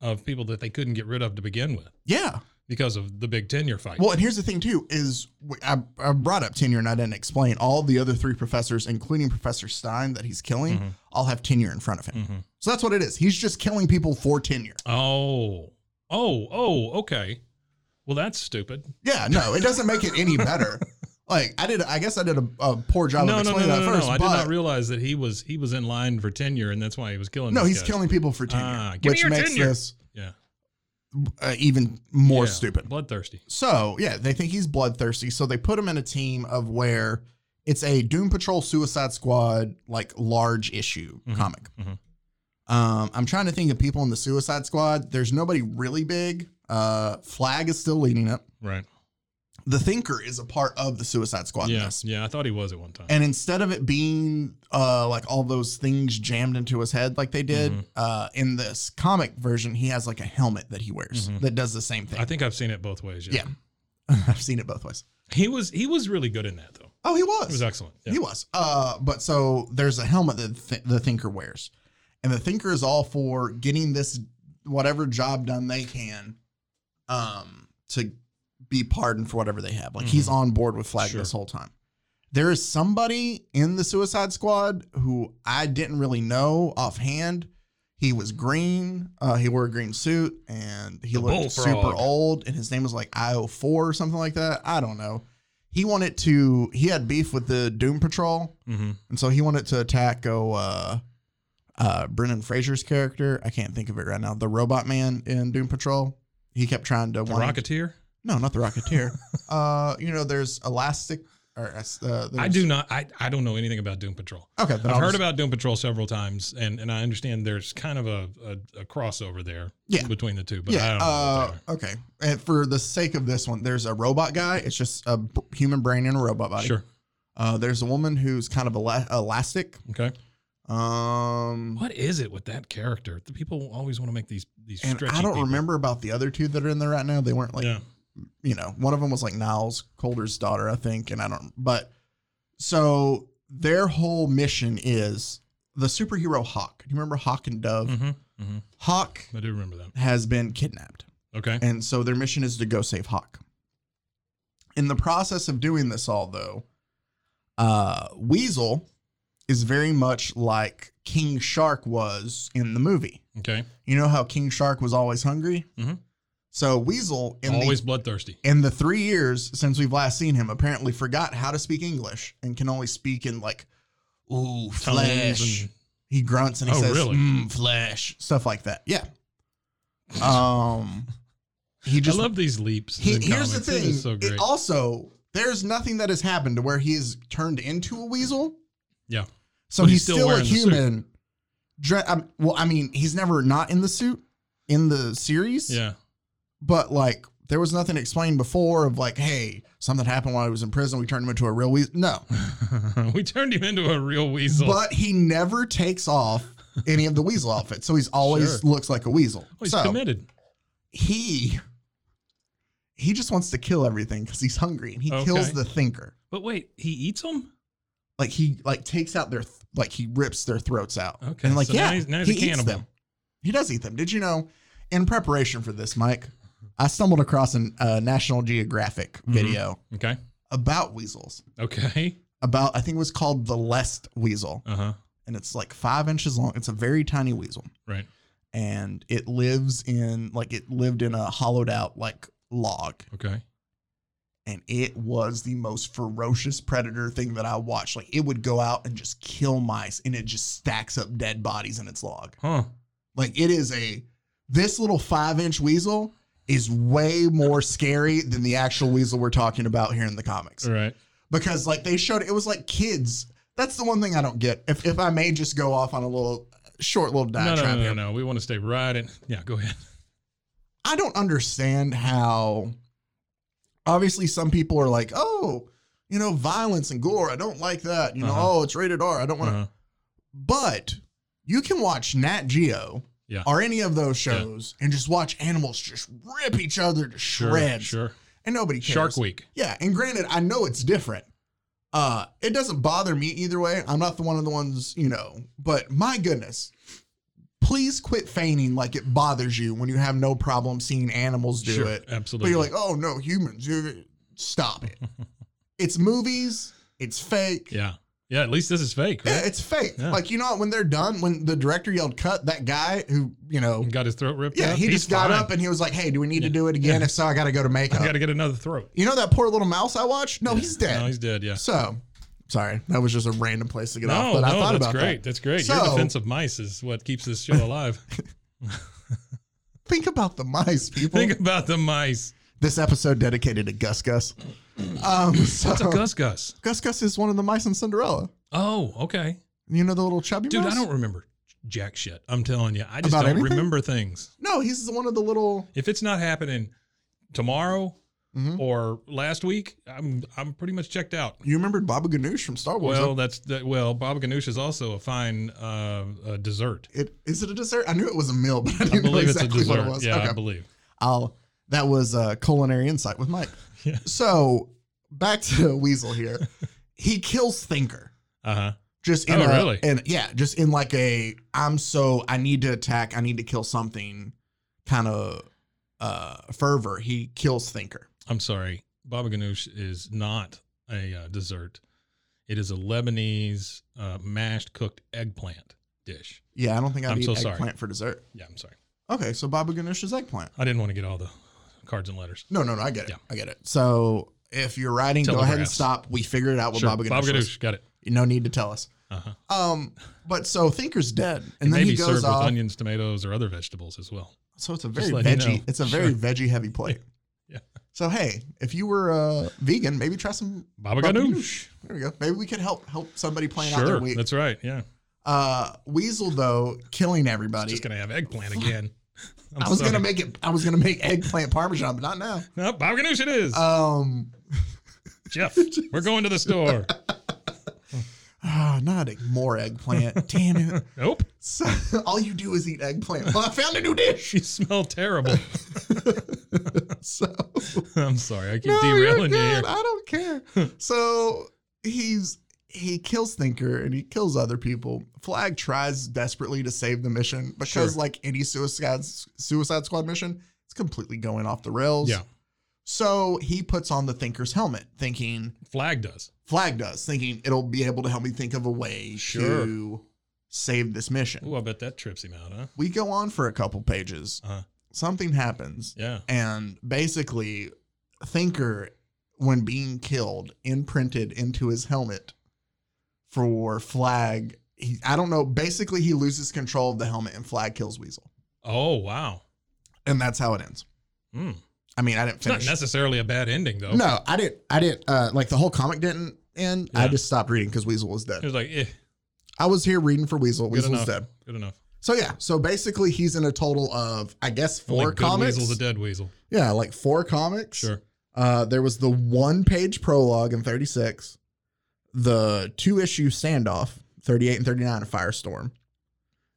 S4: of people that they couldn't get rid of to begin with
S3: yeah.
S4: because of the big tenure fight.
S3: Well, and here's the thing too is w- I, I brought up tenure and I didn't explain all the other three professors, including Professor Stein that he's killing,
S4: Mm-hmm.
S3: all have tenure in front of him.
S4: Mhm.
S3: So that's what it is. He's just killing people for tenure.
S4: Oh, oh, oh, okay. Well, that's stupid.
S3: Yeah, no, it doesn't make it any better. Like I did, I guess I did a, a poor job
S4: no,
S3: of
S4: no, no,
S3: explaining
S4: no,
S3: that
S4: no,
S3: first.
S4: no. I did
S3: but
S4: not realize that he was he was in line for tenure, and that's why he was killing.
S3: no,
S4: these
S3: he's
S4: guys.
S3: killing people for tenure,
S4: Ah, give me
S3: which
S4: your
S3: makes
S4: tenure.
S3: this
S4: Yeah,
S3: uh, even more
S4: Yeah.
S3: stupid.
S4: bloodthirsty.
S3: So yeah, they think he's bloodthirsty, so they put him in a team of where it's a Doom Patrol Suicide Squad like large issue
S4: Mhm,
S3: comic.
S4: mhm.
S3: Um, I'm trying to think of people in the Suicide Squad. There's nobody really big. Uh, Flag is still leading it.
S4: Right.
S3: The Thinker is a part of the Suicide Squad. in
S4: Yeah,
S3: this.
S4: yeah. I thought he was at one time.
S3: And instead of it being uh, like all those things jammed into his head like they did
S4: Mhm.
S3: uh, in this comic version, he has like a helmet that he wears
S4: Mhm.
S3: Mm-hmm. that does the same thing.
S4: I think I've seen it both ways. Yeah.
S3: Yeah. I've seen it both ways.
S4: He was he was really good in that though.
S3: Oh, he was.
S4: It was excellent. Yeah.
S3: He was. Uh, but so there's a helmet that th- the thinker wears, and the thinker is all for getting this whatever job done they can, um, to be pardoned for whatever they have. Like he's
S4: Mhm.
S3: on board with Flag
S4: Sure.
S3: this whole time. There is somebody in the Suicide Squad who I didn't really know offhand. He was green. Uh, he wore a green suit, and he
S4: The
S3: looked super
S4: Bullfrog.
S3: old. And his name was like IO4 or something like that. I don't know he wanted to he had beef with the Doom Patrol,
S4: Mm-hmm.
S3: and so he wanted to attack go uh uh Brendan Fraser's character. I can't think of it right now. The robot man in Doom Patrol. He kept trying to
S4: The
S3: want-
S4: Rocketeer.
S3: No, not the Rocketeer. uh you know, there's elastic or uh, there's,
S4: I do not. I, I don't know anything about Doom Patrol.
S3: Okay, then
S4: I've
S3: I'll
S4: heard
S3: just-
S4: about Doom Patrol several times, and, and I understand there's kind of a, a, a crossover there
S3: Yeah.
S4: between the two, but I
S3: yeah,
S4: don't know. what
S3: uh,
S4: they are.
S3: okay. And for the sake of this one, there's a robot guy. It's just a b- human brain in a robot body.
S4: Sure.
S3: Uh, there's a woman who's kind of ela- elastic.
S4: Okay.
S3: Um,
S4: What is it with that character? The people always want to make these these
S3: and
S4: stretchy
S3: I don't
S4: people.
S3: remember about the other two that are in there right now. They weren't like
S4: yeah.
S3: you know, one of them was like Niles Colder's daughter, I think, and I don't. But so their whole mission is the superhero Hawk. Do you remember Hawk and Dove?
S4: hmm hmm
S3: Hawk
S4: I do remember that.
S3: has been kidnapped,
S4: Okay.
S3: and so their mission is to go save Hawk. In the process of doing this, all though, uh, Weasel is very much like King Shark was in the movie.
S4: Okay.
S3: You know how King Shark was always hungry.
S4: Mhm.
S3: So Weasel in the
S4: Always bloodthirsty.
S3: in the three years since we've last seen him, apparently forgot how to speak English and can only speak in like, ooh,
S4: Tongues
S3: flesh.
S4: and-
S3: he grunts and he
S4: Oh,
S3: says,
S4: really?
S3: mm, flesh, stuff like that. Yeah. Um, he just.
S4: I love these leaps.
S3: he,
S4: in
S3: here's the
S4: comics. It
S3: thing.
S4: is so
S3: It
S4: great.
S3: also, there's nothing that has happened to where he is turned into a weasel.
S4: yeah.
S3: So
S4: But
S3: he's,
S4: he's still
S3: still, a
S4: wearing the suit.
S3: human. Dre- um, well, I mean, he's never not in the suit in the series
S4: Yeah.
S3: but like there was nothing explained before of like, hey, something happened while he was in prison. We turned him into a real weasel. No,
S4: we turned him into a real weasel.
S3: but he never takes off any of the weasel outfits, so he's always
S4: Sure.
S3: looks like a weasel.
S4: oh, he's
S3: so
S4: committed.
S3: he he just wants to kill everything because he's hungry, and he
S4: Okay.
S3: kills the thinker.
S4: But wait, he eats them?
S3: Like he like takes out their th- like he rips their throats out.
S4: Okay,
S3: and like
S4: so
S3: yeah,
S4: now he's- now he's
S3: he
S4: a
S3: eats
S4: cannibal.
S3: them. He does eat them. Did you know? In preparation for this, Mike, I stumbled across a uh, National Geographic
S4: Mm-hmm.
S3: video
S4: Okay.
S3: about weasels.
S4: Okay.
S3: about I think it was called the Lest Weasel,
S4: Uh huh.
S3: and it's like five inches long. It's a very tiny weasel,
S4: Right.
S3: and it lives in like it lived in a hollowed out like log,
S4: Okay.
S3: and it was the most ferocious predator thing that I watched. Like it would go out and just kill mice, and it just stacks up dead bodies in its log.
S4: Huh.
S3: Like it is a this little five inch weasel is way more scary than the actual weasel we're talking about here in the comics.
S4: All right.
S3: because like they showed it was like kids. That's the one thing I don't get. If if I may just go off on a little short little
S4: No,
S3: diatribe
S4: no, no,
S3: here,
S4: no, no. We want to stay right in. Yeah, go ahead.
S3: I don't understand how. Obviously, some people are like, oh, you know, violence and gore. I don't like that. You know,
S4: Uh-huh.
S3: oh, it's rated R. I don't want to.
S4: Uh-huh.
S3: But you can watch Nat Geo
S4: Yeah.
S3: or any of those shows and just watch animals just rip each other to
S4: Sure.
S3: shreds,
S4: Sure.
S3: and nobody cares.
S4: Shark Week.
S3: Yeah, and granted, I know it's different. Uh, it doesn't bother me either way. I'm not the one of the ones, you know. But my goodness, please quit feigning like it bothers you when you have no problem seeing animals do
S4: Sure,
S3: it. But
S4: absolutely.
S3: you're like, oh no, humans, you- stop it. it's movies. It's fake.
S4: yeah. Yeah. At least this is fake,
S3: Yeah,
S4: right?
S3: it's fake.
S4: Yeah.
S3: Like you know, what, when they're done, when the director yelled cut, that guy who you know,
S4: Got his throat ripped.
S3: yeah,
S4: out.
S3: he
S4: He's
S3: just got
S4: fine.
S3: up and he was like, hey, do we need to do it again? If so, I got to go to makeup.
S4: I got to get another throat.
S3: you know that poor little mouse I watched? No, he's dead.
S4: No, he's dead. Yeah.
S3: So, sorry, that was just a random place to get off,
S4: No,
S3: but
S4: no,
S3: I thought
S4: that's
S3: about
S4: great.
S3: that.
S4: That's great. Your
S3: So-
S4: defense of mice is what keeps this show alive.
S3: Think about the mice, people.
S4: Think about the mice.
S3: this episode dedicated to Gus Gus. Um, so
S4: What's a Gus Gus?
S3: Gus Gus is one of the mice in Cinderella.
S4: Oh, okay.
S3: You know the little chubby
S4: Dude,
S3: mouse?
S4: I don't remember jack shit. I'm telling you. I just
S3: About
S4: don't
S3: anything?
S4: remember things.
S3: No, he's one of the little.
S4: If it's not happening tomorrow
S3: Mhm.
S4: or last week, I'm I'm pretty much checked out.
S3: You remembered Baba Ganoush from Star Wars?
S4: Well,
S3: huh?
S4: that's that, well. Baba ganoush is also a fine uh, uh, dessert.
S3: it is it a dessert? I knew it was a meal, but I
S4: I
S3: didn't know
S4: believe
S3: exactly
S4: it's a
S3: what
S4: dessert.
S3: it was.
S4: Yeah, I
S3: okay.
S4: believe.
S3: I'll That was a culinary insight with Mike.
S4: Yeah.
S3: So back to Weasel here. he kills Thinker.
S4: Uh huh.
S3: Just in
S4: Oh,
S3: a,
S4: really?
S3: and yeah, just in like a I'm so I need to attack, I need to kill something kind of uh fervor. He kills Thinker.
S4: I'm sorry. Baba ganoush is not a uh, dessert. It is a Lebanese uh, mashed cooked eggplant dish.
S3: Yeah, I don't think I'd
S4: I'm
S3: eat
S4: so sorry.
S3: eggplant for dessert.
S4: Yeah, I'm sorry.
S3: Okay, so Baba Ganoush is eggplant.
S4: I didn't want to get all the cards and letters.
S3: No, no, no, I get it.
S4: Yeah.
S3: I get it. So if you're writing, go ahead and
S4: Telegraphs.
S3: stop. We figured out what
S4: Sure.
S3: Baba Ganoush,
S4: Baba
S3: was.
S4: ganoush. Got it.
S3: No need to tell us.
S4: Uh-huh.
S3: Um, but so Thinker's dead,
S4: And
S3: and then
S4: maybe
S3: he goes
S4: served with
S3: off.
S4: onions, tomatoes, or other vegetables as well.
S3: So it's a
S4: Just
S3: very
S4: letting
S3: veggie.
S4: you know.
S3: It's a very
S4: Sure.
S3: veggie heavy plate.
S4: Yeah.
S3: So hey, if you were uh, vegan, maybe try some
S4: Baba
S3: Baba
S4: ganoush.
S3: There we go. Maybe we could help help somebody plan out their
S4: Sure,
S3: week.
S4: that's right. Yeah,
S3: Uh, Weasel though killing everybody.
S4: just gonna have eggplant again. I'm
S3: I was
S4: sorry.
S3: gonna make it. I was gonna make eggplant parmesan, but not now.
S4: No, Baba ganoush. It is
S3: Um,
S4: Jeff. We're going to the store.
S3: ah, not a, more eggplant. Damn it!
S4: nope,
S3: So, all you do is eat eggplant. Well, I found a new dish.
S4: you smell terrible.
S3: So
S4: I'm sorry. I keep
S3: No, you're
S4: derailing you here.
S3: good. I don't care. so he's he kills Thinker and he kills other people. Flag tries desperately to save the mission because,
S4: Sure.
S3: like any suicide Suicide Squad mission, it's completely going off the rails.
S4: Yeah,
S3: So he puts on the Thinker's helmet, thinking
S4: flag does.
S3: Flag does, thinking it'll be able to help me think of a way
S4: Sure.
S3: to save this mission.
S4: Ooh, I bet that trips him out, huh?
S3: We go on for a couple pages.
S4: Uh-huh.
S3: Something happens
S4: Yeah.
S3: and basically thinker when being killed imprinted into his helmet for flag he, i don't know basically he loses control of the helmet and flag kills weasel
S4: Oh wow.
S3: and that's how it ends
S4: Hmm.
S3: i mean i didn't
S4: It's not
S3: finish
S4: necessarily a bad ending though.
S3: no i didn't i didn't uh, like the whole comic didn't end i
S4: Yeah.
S3: just stopped reading because weasel was
S4: It
S3: dead
S4: was like, eh,
S3: i was here reading for weasel
S4: good
S3: weasel was
S4: enough.
S3: dead
S4: Good enough.
S3: so yeah so basically he's in a total of i guess
S4: Only
S3: four
S4: good
S3: comics
S4: weasel's a dead weasel.
S3: yeah like four comics
S4: Sure.
S3: Uh, there was the one page prologue in 36, the two issue standoff, 38 and 39 of Firestorm,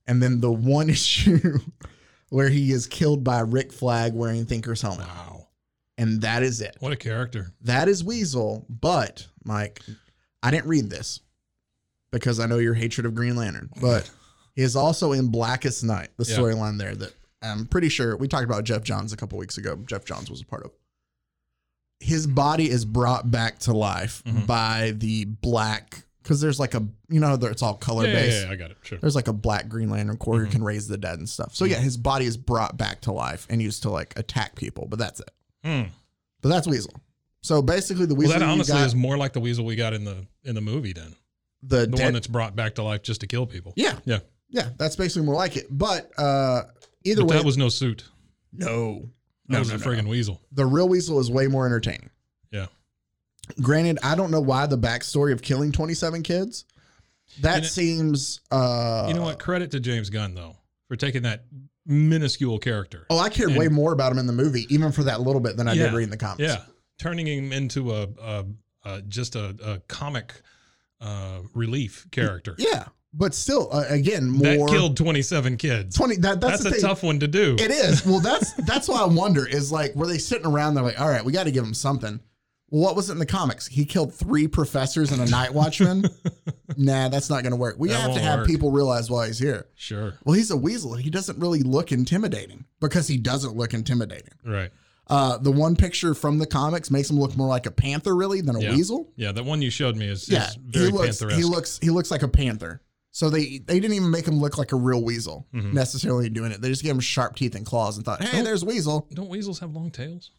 S3: and then the one issue where he is killed by Rick Flag wearing Thinker's helmet.
S4: Wow.
S3: And that is it.
S4: What a character.
S3: That is Weasel, but Mike, I didn't read this because I know your hatred of Green Lantern, but he is also in Blackest Night, the
S4: Yeah.
S3: storyline there that I'm pretty sure we talked about Jeff Johns a couple weeks ago. Jeff Johns was a part of. His body is brought back to life
S4: Mhm.
S3: by the black because there's like a you know there- it's all color
S4: Yeah, yeah,
S3: based.
S4: yeah, I got it. Sure.
S3: There's like a black Green Lantern Corps who
S4: Mhm.
S3: can raise the dead and stuff. So yeah,
S4: Mm-hmm.
S3: his body is brought back to life and used to like attack people, but that's it.
S4: Hmm.
S3: But that's Weasel. So basically, the
S4: Well,
S3: Weasel
S4: that honestly
S3: you got,
S4: is more like the weasel we got in the in the movie. Then
S3: the,
S4: the
S3: dead,
S4: one that's brought back to life just to kill people.
S3: yeah,
S4: Yeah.
S3: yeah. That's basically more like it. But uh, either
S4: But
S3: way,
S4: that was no suit.
S3: no,
S4: That
S3: No,
S4: was
S3: no,
S4: a
S3: no.
S4: friggin' weasel.
S3: the real Weasel is way more entertaining.
S4: Yeah.
S3: Granted, I don't know why the backstory of killing twenty seven kids. That
S4: You know-
S3: seems. Uh,
S4: you know what? Credit to James Gunn though for taking that minuscule character.
S3: Oh, I cared
S4: And-
S3: way more about him in the movie, even for that little bit, than I did
S4: Yeah.
S3: reading the comics.
S4: Yeah, turning him into a, a, a just a, a comic uh, relief character
S3: yeah. But still, uh, again,
S4: that
S3: more
S4: killed 27 kids.
S3: twenty. That that's,
S4: that's
S3: the
S4: a
S3: thing.
S4: tough one to do.
S3: It is. Well, that's that's why I wonder is like, were they sitting around? They're like, all right, we got to give him something. Well, what was it in the comics? He killed three professors and a night watchman. nah, that's not going to work. We
S4: That
S3: have to
S4: won't
S3: have
S4: work.
S3: people realize why he's here.
S4: Sure,
S3: Well, he's a weasel. He doesn't really look intimidating because he doesn't look intimidating.
S4: right.
S3: Uh, the one picture from the comics makes him look more like a panther, really, than a
S4: Yeah.
S3: weasel.
S4: Yeah, that one you showed me is,
S3: Yeah,
S4: is
S3: he
S4: very
S3: looks.
S4: pantheresque.
S3: He looks. He looks like a panther. So they they didn't even make him look like a real weasel
S4: Mhm.
S3: necessarily doing it. They just gave him sharp teeth and claws and thought, hey,
S4: Don't-
S3: there's weasel.
S4: Don't weasels have long tails?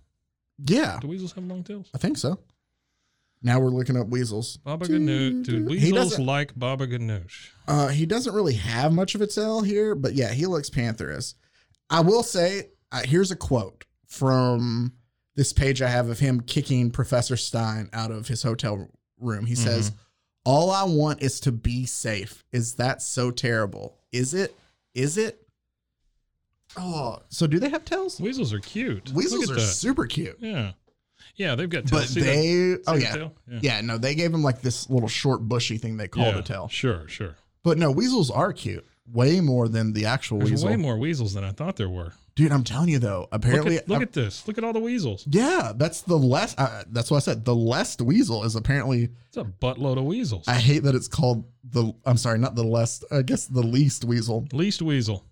S3: Yeah,
S4: Do weasels have long tails?
S3: I think so. Now we're looking up weasels.
S4: Baba Ganoush. Do
S3: He
S4: weasels
S3: doesn't.
S4: like Baba Ganoush?
S3: Uh, he doesn't really have much of a tail here, but yeah, he looks pantherish. I will say, uh, here's a quote from this page I have of him kicking Professor Stein out of his hotel room. He says,
S4: Mm-hmm.
S3: "All I want is to be safe. Is that so terrible? Is it? Is it? Oh, so do they have tails?
S4: Weasels are cute. Look
S3: Weasels
S4: at
S3: are
S4: that.
S3: super cute,
S4: Yeah, yeah, they've got tails.
S3: but
S4: See that- see
S3: they oh
S4: the
S3: yeah."
S4: tail? yeah.
S3: Yeah, no, they gave him like this little short bushy thing they called
S4: Yeah.
S3: a tail.
S4: Sure, sure.
S3: But no, weasels are cute. way more than the actual
S4: There's
S3: weasel.
S4: way more weasels than I thought there were.
S3: Dude, I'm telling you though,
S4: Look,
S3: apparently
S4: at, look
S3: I-
S4: at this. Look at all the weasels.
S3: yeah, that's the less. Uh, that's what I said. The less weasel is apparently.
S4: It's a buttload of weasels.
S3: I hate that it's called the. I'm sorry, not the less. I guess the least weasel.
S4: Least weasel.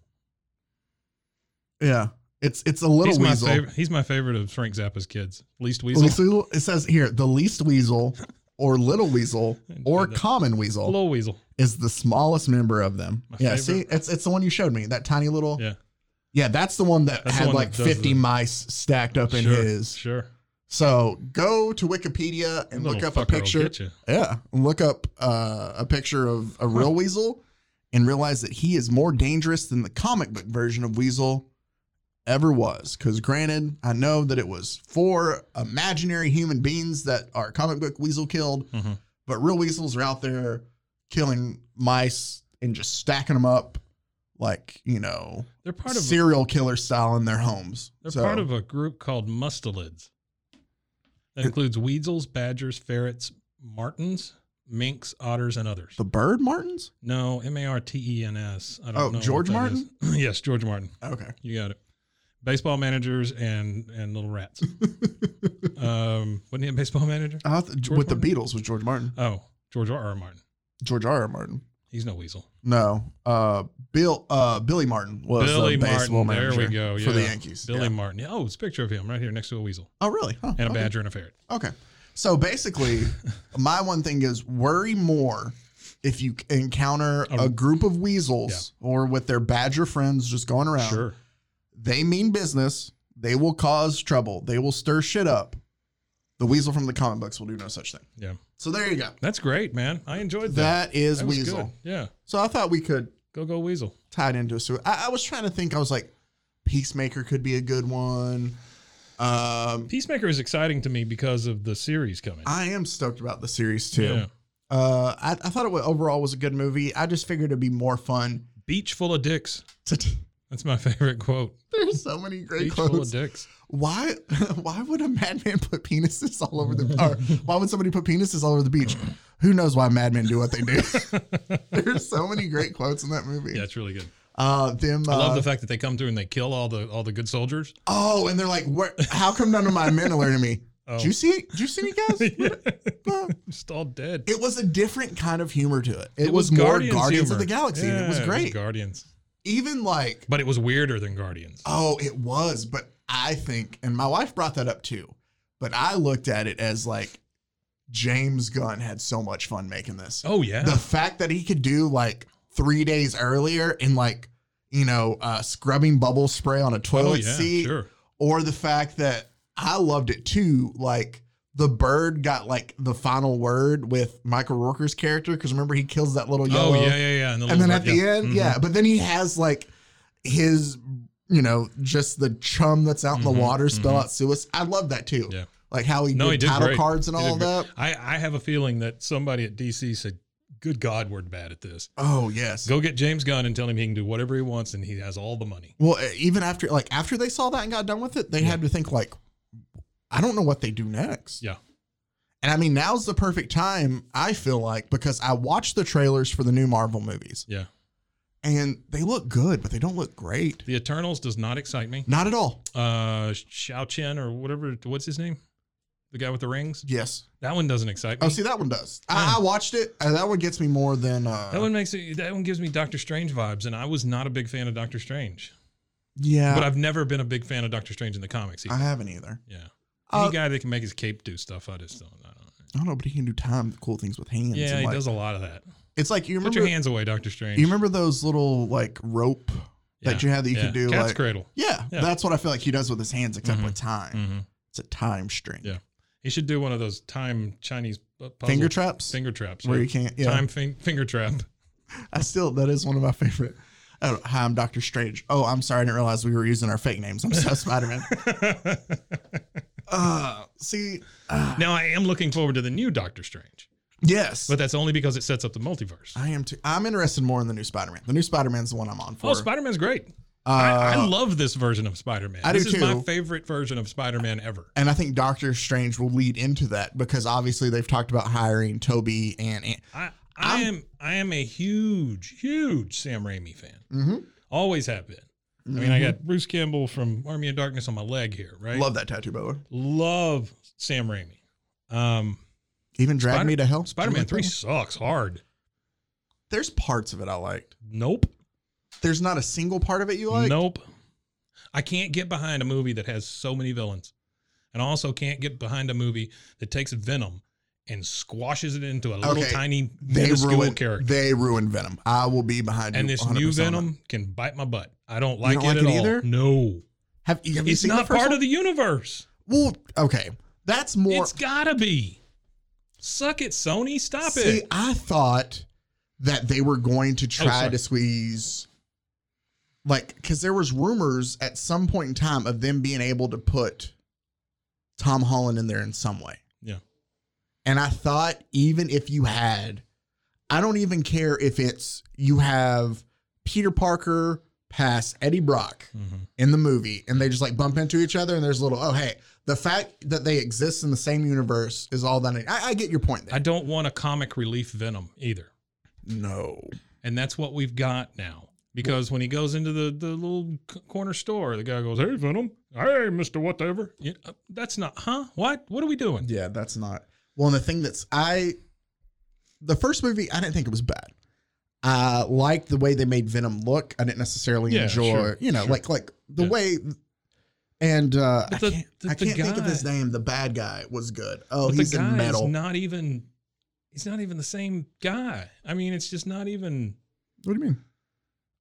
S3: Yeah, it's it's a little
S4: he's
S3: weasel.
S4: my favorite. He's my favorite of Frank Zappa's kids. Least weasel.
S3: Least weasel. It says here the least weasel, or little weasel, or common weasel
S4: Little weasel.
S3: is the smallest member of them.
S4: My
S3: yeah,
S4: favorite.
S3: see, it's it's the one you showed me. That tiny little.
S4: Yeah.
S3: Yeah, that's the one that
S4: That's the
S3: had
S4: one
S3: like
S4: that does
S3: 50
S4: the-
S3: mice stacked up in
S4: sure,
S3: his.
S4: Sure.
S3: So go to Wikipedia and
S4: Little
S3: look up a
S4: fucker will
S3: picture.
S4: get you.
S3: Yeah, look up uh, a picture of a real weasel and realize that he is more dangerous than the comic book version of weasel ever was. Because granted, I know that it was four imaginary human beings that our comic book weasel killed,
S4: Mhm.
S3: but real weasels are out there killing mice and just stacking them up like you know
S4: They're part of.
S3: serial killer style in their homes.
S4: They're
S3: So-
S4: part of a group called mustelids. That includes weasels, badgers, ferrets, martins, minks, otters, and others.
S3: the bird martins.
S4: No, M A R T E N S. I don't
S3: Oh,
S4: know. what
S3: George
S4: that
S3: Martin?
S4: is. yes, George Martin.
S3: Okay.
S4: You got it. Baseball managers and and little rats. um, wasn't he a baseball manager?
S3: I thought-
S4: George
S3: with the
S4: Martin?
S3: Beatles was George Martin.
S4: Oh, George R. R. Martin.
S3: George R. R. Martin.
S4: He's no weasel.
S3: No. Uh Bill uh Billy Martin was
S4: Billy
S3: the baseball
S4: Martin. There we
S3: manager
S4: go. Yeah.
S3: for the Yankees.
S4: Billy
S3: Yeah.
S4: Martin. Yeah, Oh, it's a picture of him right here next to a weasel
S3: Oh really? Huh,
S4: and a
S3: okay.
S4: badger and a ferret.
S3: Okay. So basically, my one thing is worry more if you encounter
S4: A-
S3: a, group of weasels or with their badger friends just going around.
S4: Sure.
S3: They mean business. They will cause trouble. They will stir shit up. The weasel from the comic books will do no such thing.
S4: Yeah.
S3: So there you go.
S4: That's great, man. I enjoyed that.
S3: That is
S4: That was
S3: weasel.
S4: good. Yeah.
S3: So I thought we could
S4: Go go weasel.
S3: tied into a suit. I, I was trying to think. I was like, Peacemaker could be a good one. Um,
S4: Peacemaker is exciting to me because of the series coming.
S3: I am stoked about the series too.
S4: Yeah.
S3: Uh, I, I thought it was, overall was a good movie. I just figured it'd be more fun.
S4: Beach full of dicks.
S3: To t-
S4: That's my favorite quote.
S3: There's so many great
S4: Beach full of
S3: quotes.
S4: dicks.
S3: Why? Why would a madman put penises all over the? Or why would somebody put penises all over the beach? Who knows why madmen do what they do? There's so many great quotes in that movie.
S4: Yeah, it's really good.
S3: Uh, them.
S4: I love
S3: uh,
S4: the fact that they come through and they kill all the all the good soldiers.
S3: Oh, and they're like, "Where? How come none of my men alerted me?
S4: Oh.
S3: Did you see? Did you see me guys? No.
S4: Just all dead.
S3: It was a different kind of humor to it. It, was, more Guardians, of
S4: humor.
S3: the Galaxy, and it was
S4: Yeah,
S3: great.
S4: Guardians,
S3: Even like,
S4: but it was weirder than Guardians.
S3: oh, it was, but I think, and my wife brought that up too, but I looked at it as like James Gunn had so much fun making this.
S4: Oh yeah,
S3: The fact that he could do like three days earlier in like, you know, uh, scrubbing bubble spray on a toilet
S4: oh yeah,
S3: seat,
S4: sure.
S3: or the fact that I loved it too. Like the bird got like the final word with Michael Rooker's character because remember he kills that little yellow,
S4: Oh yeah, yeah, yeah. the
S3: and
S4: little
S3: then at
S4: bird-
S3: the end,
S4: Mhm.
S3: yeah. But then he has like his, you know, just the chum that's out in
S4: Mhm,
S3: the water spell
S4: mhm.
S3: out suicide. I love that too.
S4: Yeah.
S3: Like how he
S4: No,
S3: did,
S4: he did
S3: title
S4: great.
S3: cards and
S4: He
S3: all
S4: did
S3: that.
S4: Mm-hmm. I I have a feeling that somebody at DC said, "Good God, we're bad at this.
S3: Oh yes.
S4: Go get James Gunn and tell him he can do whatever he wants, and he has all the money."
S3: Well, uh, even after like after they saw that and got done with it, they had to think like, I don't know what they do next.
S4: Yeah.
S3: And I mean, now's the perfect time, I feel like, because I watched the trailers for the new Marvel movies
S4: Yeah,
S3: and they look good, but they don't look great.
S4: the Eternals does not excite me.
S3: Not at all.
S4: Uh, Xiao Chen or whatever. What's his name? The guy with the rings.
S3: Yes.
S4: That one doesn't excite me.
S3: Oh, see, that one does. I, I watched it. and that one gets me more than. Uh,
S4: Ah. That one makes it, that one gives me Doctor Strange vibes, and I was not a big fan of Doctor Strange.
S3: yeah.
S4: but I've never been a big fan of Doctor Strange in the comics. Either.
S3: I haven't either.
S4: yeah, any
S3: Uh,
S4: guy that can make his cape do stuff, I just don't. I don't
S3: I don't know, but he can do time cool things with hands.
S4: yeah,
S3: and,
S4: he
S3: like-
S4: does a lot of that.
S3: It's like you
S4: Put
S3: remember.
S4: your hands away, Doctor Strange.
S3: You remember those little like rope
S4: Yeah,
S3: that you had that you
S4: yeah.
S3: could do
S4: Cat's
S3: like
S4: cradle.
S3: Yeah,
S4: Yeah.
S3: that's what I feel like he does with his hands, except
S4: Mhm.
S3: with time.
S4: hmm
S3: It's a time string.
S4: Yeah. He should do one of those time Chinese pu- puzzle-
S3: Finger traps?
S4: Finger traps.
S3: Where
S4: right?
S3: you can't- yeah.
S4: Time fin- finger trap.
S3: I still that is one of my favorite. Oh, hi, I'm Doctor Strange. Oh, I'm sorry, I didn't realize we were using our fake names. I'm so Spider Man. Uh, see, uh,
S4: now I am looking forward to the new Doctor Strange,
S3: yes,
S4: but that's only because it sets up the multiverse.
S3: I am too. I'm interested more in the new Spider Man. The new Spider Man's the one I'm on for.
S4: Oh, Spider Man's great.
S3: uh,
S4: I, I love this version of Spider Man.
S3: I do
S4: This is my
S3: too.
S4: favorite version of Spider Man ever.
S3: and I think Doctor Strange will lead into that because obviously they've talked about hiring Toby and. and
S4: I, I
S5: I'm-
S4: am I am a huge, huge Sam Raimi fan.
S5: Mm-hmm.
S4: Always have been. I mean, I got Bruce Campbell from Army of Darkness on my leg here, right?
S3: Mm-hmm. Love that tattoo, by the way.
S4: love Sam Raimi. Um,
S5: even drag
S4: Spider-
S5: me to hell.
S4: Spider Man Three sucks hard.
S3: "Oh, There's parts of it I liked.
S4: Nope.
S3: There's not a single part of it you like.
S4: nope. I can't get behind a movie that has so many villains, and I also can't get behind a movie that takes Venom and squashes it into a little
S3: Okay.
S4: tiny
S3: They
S4: minuscule
S3: ruined
S4: character.
S3: They ruined Venom. I will be behind
S4: and
S3: you.
S4: this
S3: 100%
S4: new
S3: on
S4: Venom can bite my butt. I don't like
S3: don't
S4: it
S3: like
S4: at
S3: it
S4: all.
S3: either?
S4: No,
S3: that. Have, you- have you
S4: it's
S3: seen
S4: not
S3: the first
S4: part
S3: one?
S4: of the universe.
S3: Well, okay, that's more.
S4: it's gotta be. Suck it, Sony. Stop
S3: See,
S4: it.
S3: I thought
S5: that they were going to try
S4: sorry.
S5: to squeeze like because there was rumors at some point in time of them being able to put tom holland in there in some way
S4: Yeah.
S5: and i thought even if you had i don't even care if it's you have peter parker past eddie brock
S4: Mhm.
S5: in the movie and they just like bump into each other and there's a little oh hey the fact that they exist in the same universe is all that i, I, I get your point there
S4: I don't want a comic relief Venom either.
S5: no
S4: and that's what we've got now. Because when he goes into the the little c- corner store, the guy goes, "Hey Venom, hey Mister Whatever." You uh, that's not, huh? What? What are we doing?
S5: Yeah, that's not. Well, and the thing that's I, the first movie, I didn't think it was bad. I liked the way they made Venom look. I didn't necessarily
S4: Yeah,
S5: enjoy,
S4: sure,
S5: you know,
S4: sure.
S5: like like the
S4: Yeah.
S5: way. And uh,
S4: But
S5: I
S4: the-
S5: can't,
S4: the-
S5: I
S4: the
S5: can't think of his
S4: guy-
S5: name. The bad guy was good. Oh,
S4: But
S5: he's
S4: the guy
S5: in metal.
S4: is not even. He's not even the same guy. I mean, it's just not even.
S5: what do you mean?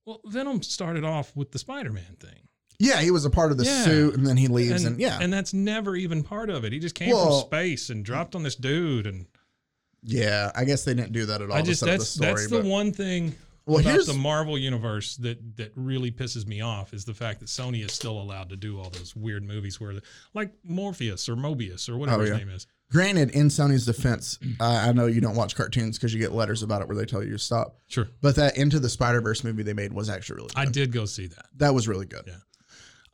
S4: Well, Venom started off with the Spider-Man thing,
S5: Yeah, he was a part of the
S4: Yeah.
S5: suit, and then he leaves, and, yeah,
S4: and that's never even part of it. He just came
S5: Well-
S4: from space and dropped on this dude, and
S5: yeah. I guess they didn't do that at all.
S4: I
S5: to
S4: just
S5: set up
S4: that's that's the
S5: but-
S4: one thing
S5: Well,
S4: about
S5: here's-
S4: the Marvel universe that that really pisses me off is the fact that Sony is still allowed to do all those weird movies where, the, like Morpheus or Mobius or whatever
S5: Oh, yeah.
S4: his name is.
S5: Granted, in Sony's defense, I I know you don't watch cartoons because you get letters about it where they tell you to stop.
S4: Sure,
S5: But that Into the Spider Verse movie they made was actually really good.
S4: I did go see that.
S5: That was really good.
S4: Yeah.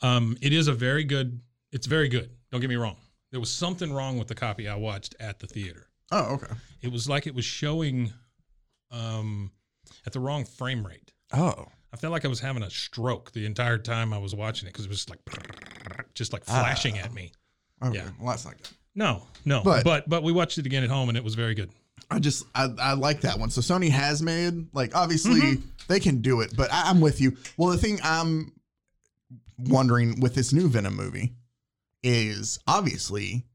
S4: Um, it is a very good. It's very good. Don't get me wrong. There was something wrong with the copy I watched at the theater.
S5: Oh, okay.
S4: It was like it was showing, um, at the wrong frame rate.
S5: Oh,
S4: I felt like I was having a stroke the entire time I was watching it because it was like, just like
S3: Ah.
S4: flashing at me.
S3: okay.
S4: Yeah.
S3: Well, that's not good.
S4: No, no.
S5: But-
S4: But, but we watched it again at home and it was very good.
S3: I just I, I like that one. So Sony has made like obviously
S4: Mm-hmm.
S3: they can do it, but I, I'm with you. Well, the thing I'm wondering with this new Venom movie is obviously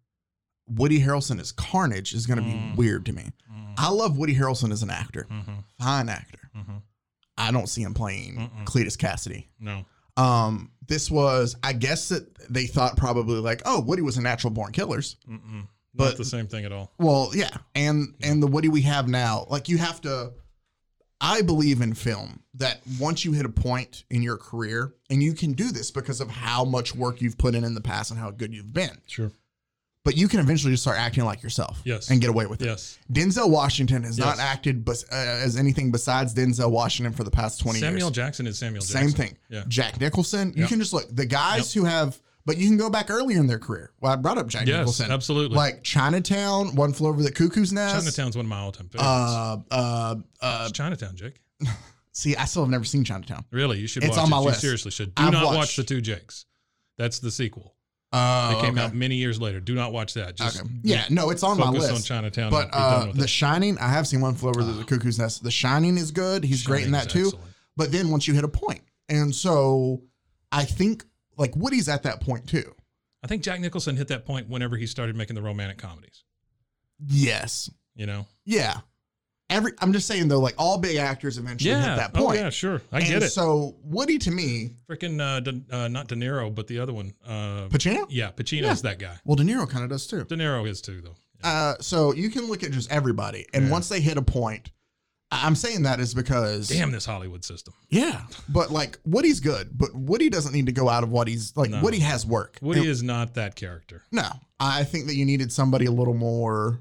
S3: Woody Harrelson as Carnage is going to
S4: Mm.
S3: be weird to me.
S4: Mm-hmm,
S3: I love Woody Harrelson as an actor, fine actor. I don't see him playing Cletus Cassidy.
S4: No.
S3: Um, this was I guess that they thought probably like oh Woody was a natural born killers.
S4: Mm-mm.
S3: But-
S4: Not the same thing at all.
S3: Well, yeah, and and the Woody we have now, like you have to. I believe in film that once you hit a point in your career, and you can do this because of how much work you've put in in the past and how good you've been,
S4: Sure.
S3: but you can eventually just start acting like yourself,
S4: Yes.
S3: and get away with it.
S4: Yes.
S3: Denzel Washington has not
S4: Yes.
S3: acted bes- uh, as anything besides Denzel Washington for the past twenty
S4: Samuel
S3: years.
S4: Jackson is Samuel Jackson.
S3: Same thing.
S4: Yeah.
S3: Jack Nicholson. You
S4: Yep.
S3: can just look the guys who have, but you can go back earlier in their career. Well, I brought up Jack
S4: Yes,
S3: Nicholson.
S4: absolutely.
S3: Like Chinatown, One Flew Over the Cuckoo's Nest.
S4: Chinatown's one of my all time favorites.
S3: Uh, uh, uh,
S4: It's Chinatown, Jake.
S3: see, I still have never seen Chinatown.
S4: Really, you should
S3: it's
S4: watch
S3: on
S4: it.
S3: my
S4: you
S3: list.
S4: seriously should. Do
S3: I've
S4: not watch
S3: watched-
S4: The Two Jakes. That's the sequel.
S3: Uh,
S4: It came out many years later. Do not watch that. Just
S3: Yeah, no, it's on my
S4: focus
S3: list.
S4: on Chinatown.
S3: But
S4: and be done
S3: uh,
S4: with
S3: The
S4: it.
S3: Shining, I have seen One Flew Over the Cuckoo's Nest. The Shining is good. He's great in that
S4: Shining's
S3: too.
S4: excellent.
S3: But then once you hit a point, and so I think like Woody's at that point too.
S4: I think Jack Nicholson hit that point whenever he started making the romantic comedies.
S3: Yes.
S4: You know.
S3: Yeah. Every I'm just saying though, like all big actors eventually hit
S4: Yeah.
S3: that
S4: Oh
S3: point.
S4: yeah. Sure. I
S3: and
S4: get it.
S3: So Woody to me,
S4: Freaking uh, De- uh, not De Niro, but the other one. Uh,
S3: Pacino.
S4: yeah, Pacino's
S3: Yeah.
S4: that guy.
S3: Well, De Niro kind of does too.
S4: De Niro is too, though.
S3: Uh, so you can look at just everybody, and
S4: Yeah.
S3: once they hit a point, I- I'm saying that is because
S4: Damn this Hollywood system.
S3: yeah. But like Woody's good, but Woody doesn't need to go out of what he's like.
S4: No.
S3: Woody has work.
S4: Woody
S3: And-
S4: is not that character.
S3: no. I think that you needed somebody a little more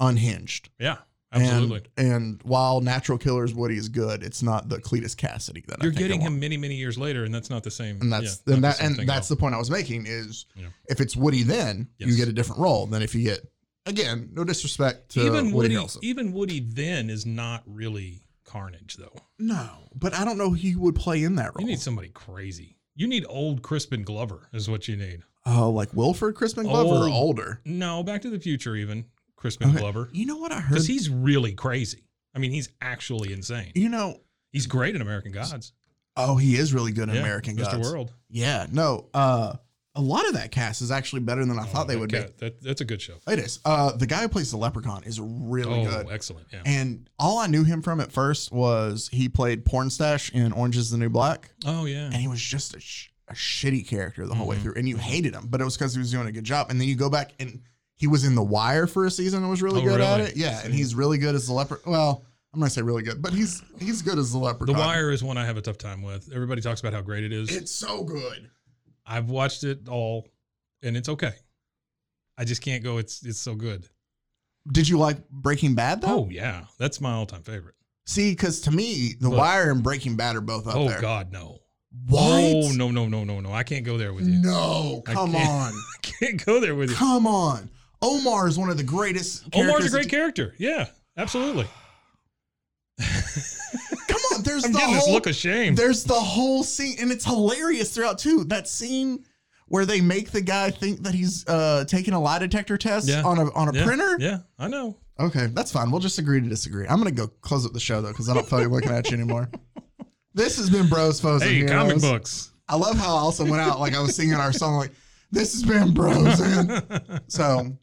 S3: unhinged.
S4: Yeah,
S3: And-
S4: absolutely.
S3: And, while Natural Killers Woody is good, it's not the Cletus Cassidy that I
S4: You're
S3: think I
S4: getting
S3: want.
S4: him many, many years later, and that's not the same.
S3: and that's
S4: yeah,
S3: and
S4: not
S3: that
S4: the same
S3: and
S4: thing at
S3: that's the point I was making is
S4: Yeah.
S3: if it's Woody, then you
S4: Yes.
S3: get a different role than if you get Again, no disrespect to
S4: even
S3: Woody e-,
S4: Woody,
S3: Harrelson.
S4: even Woody then is not really Carnage though.
S3: no, but I don't know who you would play in that role.
S4: You need somebody crazy. You need old Crispin Glover is what you need.
S3: Oh, like Wilford Crispin Glover or
S4: Old.
S3: older?
S4: No, Back to the Future even Crispin
S3: Okay.
S4: Glover
S3: You know what I heard?
S4: because he's really crazy. I mean, he's actually insane.
S3: you know,
S4: He's great in American Gods.
S3: oh, he is really good in
S4: Yeah,
S3: American
S4: Mr.
S3: Gods.
S4: World.
S3: Yeah, no, uh, a lot of that cast is actually better than I thought they
S4: Oh, that
S3: would
S4: guy- That, that's a good show.
S3: be. It is. Uh, the guy who plays the leprechaun is really
S4: oh,
S3: good.
S4: excellent. Yeah.
S3: And all I knew him from at first was he played Pornstache in Orange is the New Black,
S4: oh yeah.
S3: and he was just a, sh- a shitty character the whole
S4: Mm-hmm.
S3: way through, and you hated him, but it was because he was doing a good job. And then you go back and he was in The Wire for a season and was really
S4: Oh,
S3: good at
S4: really?
S3: it. Yeah, and he's really good as the leper. Well, I'm gonna say really good, but he's he's good as the
S4: the
S3: leprechaun.
S4: Wire is one I have a tough time with. Everybody talks about how great it is.
S3: It's so good.
S4: I've watched it all, and it's okay. I just can't go. It's it's so good.
S3: Did you like Breaking Bad though?
S4: Oh yeah, that's my all time favorite.
S3: See, because to me, The
S4: Look.
S3: Wire and Breaking Bad are both up
S4: oh
S3: there.
S4: God, no.
S3: What?
S4: Oh no no no no no. I can't go there with you.
S3: No,
S4: I
S3: come
S4: can't-
S3: on,
S4: I can't go there with you.
S3: come on. Omar is one of the greatest.
S4: Omar's a
S3: characters
S4: great character. Yeah, absolutely.
S3: Come on, there's
S4: I'm
S3: the
S4: getting this
S3: whole
S4: look of shame.
S3: there's the whole scene, and it's hilarious throughout too. That scene where they make the guy think that he's uh, taking a lie detector test
S4: Yeah.
S3: on a on a
S4: yeah,
S3: printer.
S4: Yeah, I know.
S3: Okay, that's fine. We'll just agree to disagree. I'm gonna go close up the show though, because I don't feel like looking at you anymore. This has been Bros, Foes,
S4: Hey,
S3: and
S4: comic
S3: Heroes.
S4: books.
S3: I love how I also went out like I was singing our song, like this has been bros. Man. So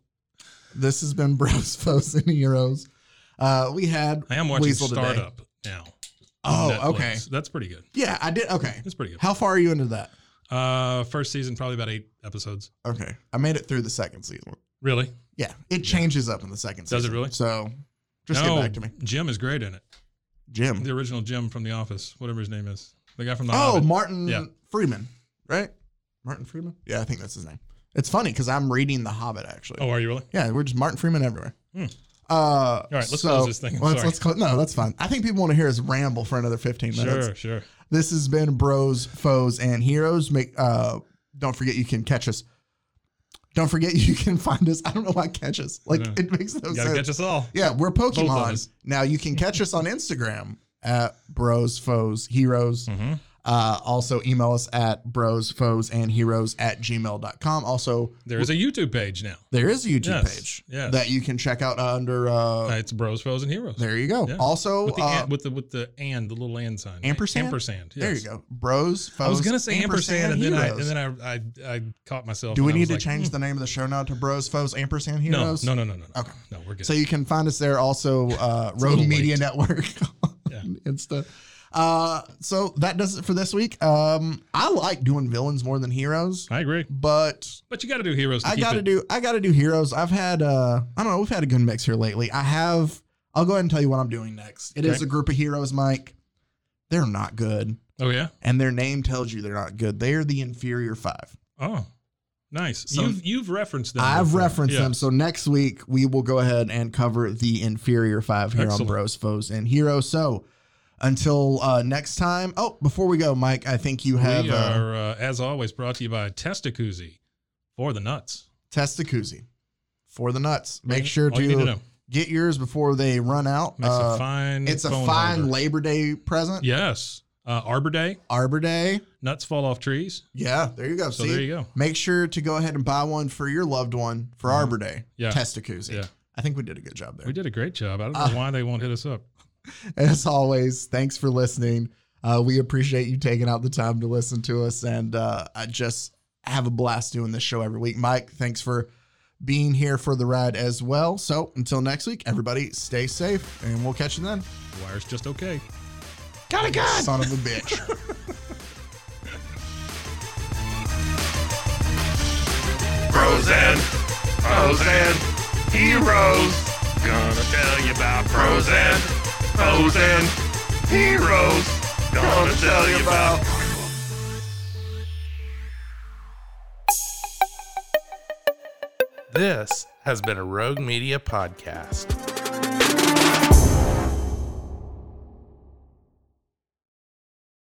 S3: this has been bros, foes, and heroes. Uh, we had
S4: I am watching
S3: Weasel today.
S4: Startup now.
S3: Oh,
S4: Netflix.
S3: okay.
S4: That's pretty good.
S3: Yeah, I did. Okay,
S4: That's pretty good.
S3: how far are you into that?
S4: Uh, first season probably about eight episodes.
S3: Okay, I made it through the second season.
S4: Really?
S3: Yeah, it changes up in the second.
S4: Does it
S3: season.
S4: really?
S3: So just
S4: no,
S3: get back to me,
S4: Jim is great in it.
S3: Jim.
S4: The original Jim from The Office, whatever his name is, the guy from The
S3: Oh,
S4: Hobbit.
S3: Martin
S4: Yeah.
S3: Freeman, right? Martin Freeman. Yeah, I think that's his name. It's funny because I'm reading The Hobbit actually.
S4: oh, are you really?
S3: Yeah, we're just Martin Freeman everywhere.
S4: Hmm.
S3: Uh, All
S4: right, let's close this thing. I'm
S3: let's,
S4: sorry.
S3: let's close. No, that's fine. I think people want to hear us ramble for another 15 minutes.
S4: Sure, sure.
S3: This has been Bros, Foes, and Heroes. Make uh, don't forget you can catch us. Don't forget you can find us. I don't know why catch us. Like
S4: Yeah.
S3: it makes no
S4: You gotta
S3: sense.
S4: catch us all.
S3: Yeah, we're
S4: us.
S3: Pokemon. Now you can catch us on Instagram at Bros, Foes, Heroes.
S4: Hmm. Mm-hmm.
S3: Uh, also email us at bros, foes, and heroes at gmail.com. Also,
S4: There is a YouTube page now.
S3: there is a YouTube
S4: Yes,
S3: page
S4: yes.
S3: that you can check out under. Uh,
S4: Uh, it's Bros, Foes, and Heroes.
S3: There you go.
S4: Yeah.
S3: Also,
S4: with the,
S3: uh,
S4: and, with the with the and the little and sign.
S3: Ampersand?
S4: Ampersand. Yes.
S3: there you go. Bros, foes,
S4: I was gonna say ampersand, and then I
S3: heroes.
S4: and then I I, I caught myself.
S3: Do we
S4: and I
S3: need
S4: was
S3: to
S4: like,
S3: change
S4: hmm,
S3: the name of the show now to Bros, Foes, Ampersand Heroes?
S4: No, no, no, no, no.
S3: Okay.
S4: No, we're good.
S3: So you can find us there. Also, uh, Road
S4: little
S3: Media
S4: late.
S3: Network
S4: Yeah.
S3: on Insta. Uh, so that does it for this week. Um, I like doing villains more than heroes,
S4: I agree.
S3: but
S4: But you got to do heroes. To
S3: I
S4: keep
S3: gotta
S4: it.
S3: do I gotta do heroes. I've had uh I don't know, we've had a good mix here lately. I have I'll go ahead and tell you what I'm doing next. It is
S4: Okay.
S3: a group of heroes, Mike. They're not good.
S4: Oh yeah.
S3: And their name tells you they're not good. They are the inferior five.
S4: Oh, nice.
S3: So-
S4: you've you've referenced them.
S3: I've
S4: before.
S3: referenced
S4: Yeah.
S3: them. So next week we will go ahead and cover the inferior five here on
S4: Excellent.
S3: Bros, Foes, and Heroes. So until uh next time. Oh, before we go, Mike, I think you have
S4: we
S3: uh,
S4: are, uh, as always, brought to you by Testacuzzi for the nuts.
S3: Testacuzzi for the nuts. Make
S4: All
S3: sure
S4: you need to
S3: to
S4: know.
S3: get yours before they run out.
S4: Makes
S3: Uh,
S4: a fine.
S3: It's a
S4: phone
S3: fine
S4: holder.
S3: Labor Day present.
S4: Yes. Uh, Arbor Day.
S3: Arbor Day.
S4: Nuts fall off trees.
S3: Yeah, there you go.
S4: So
S3: See?
S4: there you go. Mm-hmm.
S3: Make sure to go ahead and buy one for your loved one for Arbor Day.
S4: Yeah.
S3: Testacuzzi.
S4: Yeah.
S3: I think we did a good job there.
S4: We did a great job. I don't know
S3: Uh,
S4: why they won't hit us up.
S3: As always, thanks for listening. Uh, we appreciate you taking out the time to listen to us. And uh, I just have a blast doing this show every week. Mike, thanks for being here for the ride as well. So until next week, everybody stay safe and we'll catch you then.
S4: The wire's just okay.
S3: Gotta go. Son of a bitch.
S1: Bros and Foes and Heroes. Gonna tell you about Bros and Foes and Heroes. Gonna tell you about.
S6: This has been a Rogue Media podcast.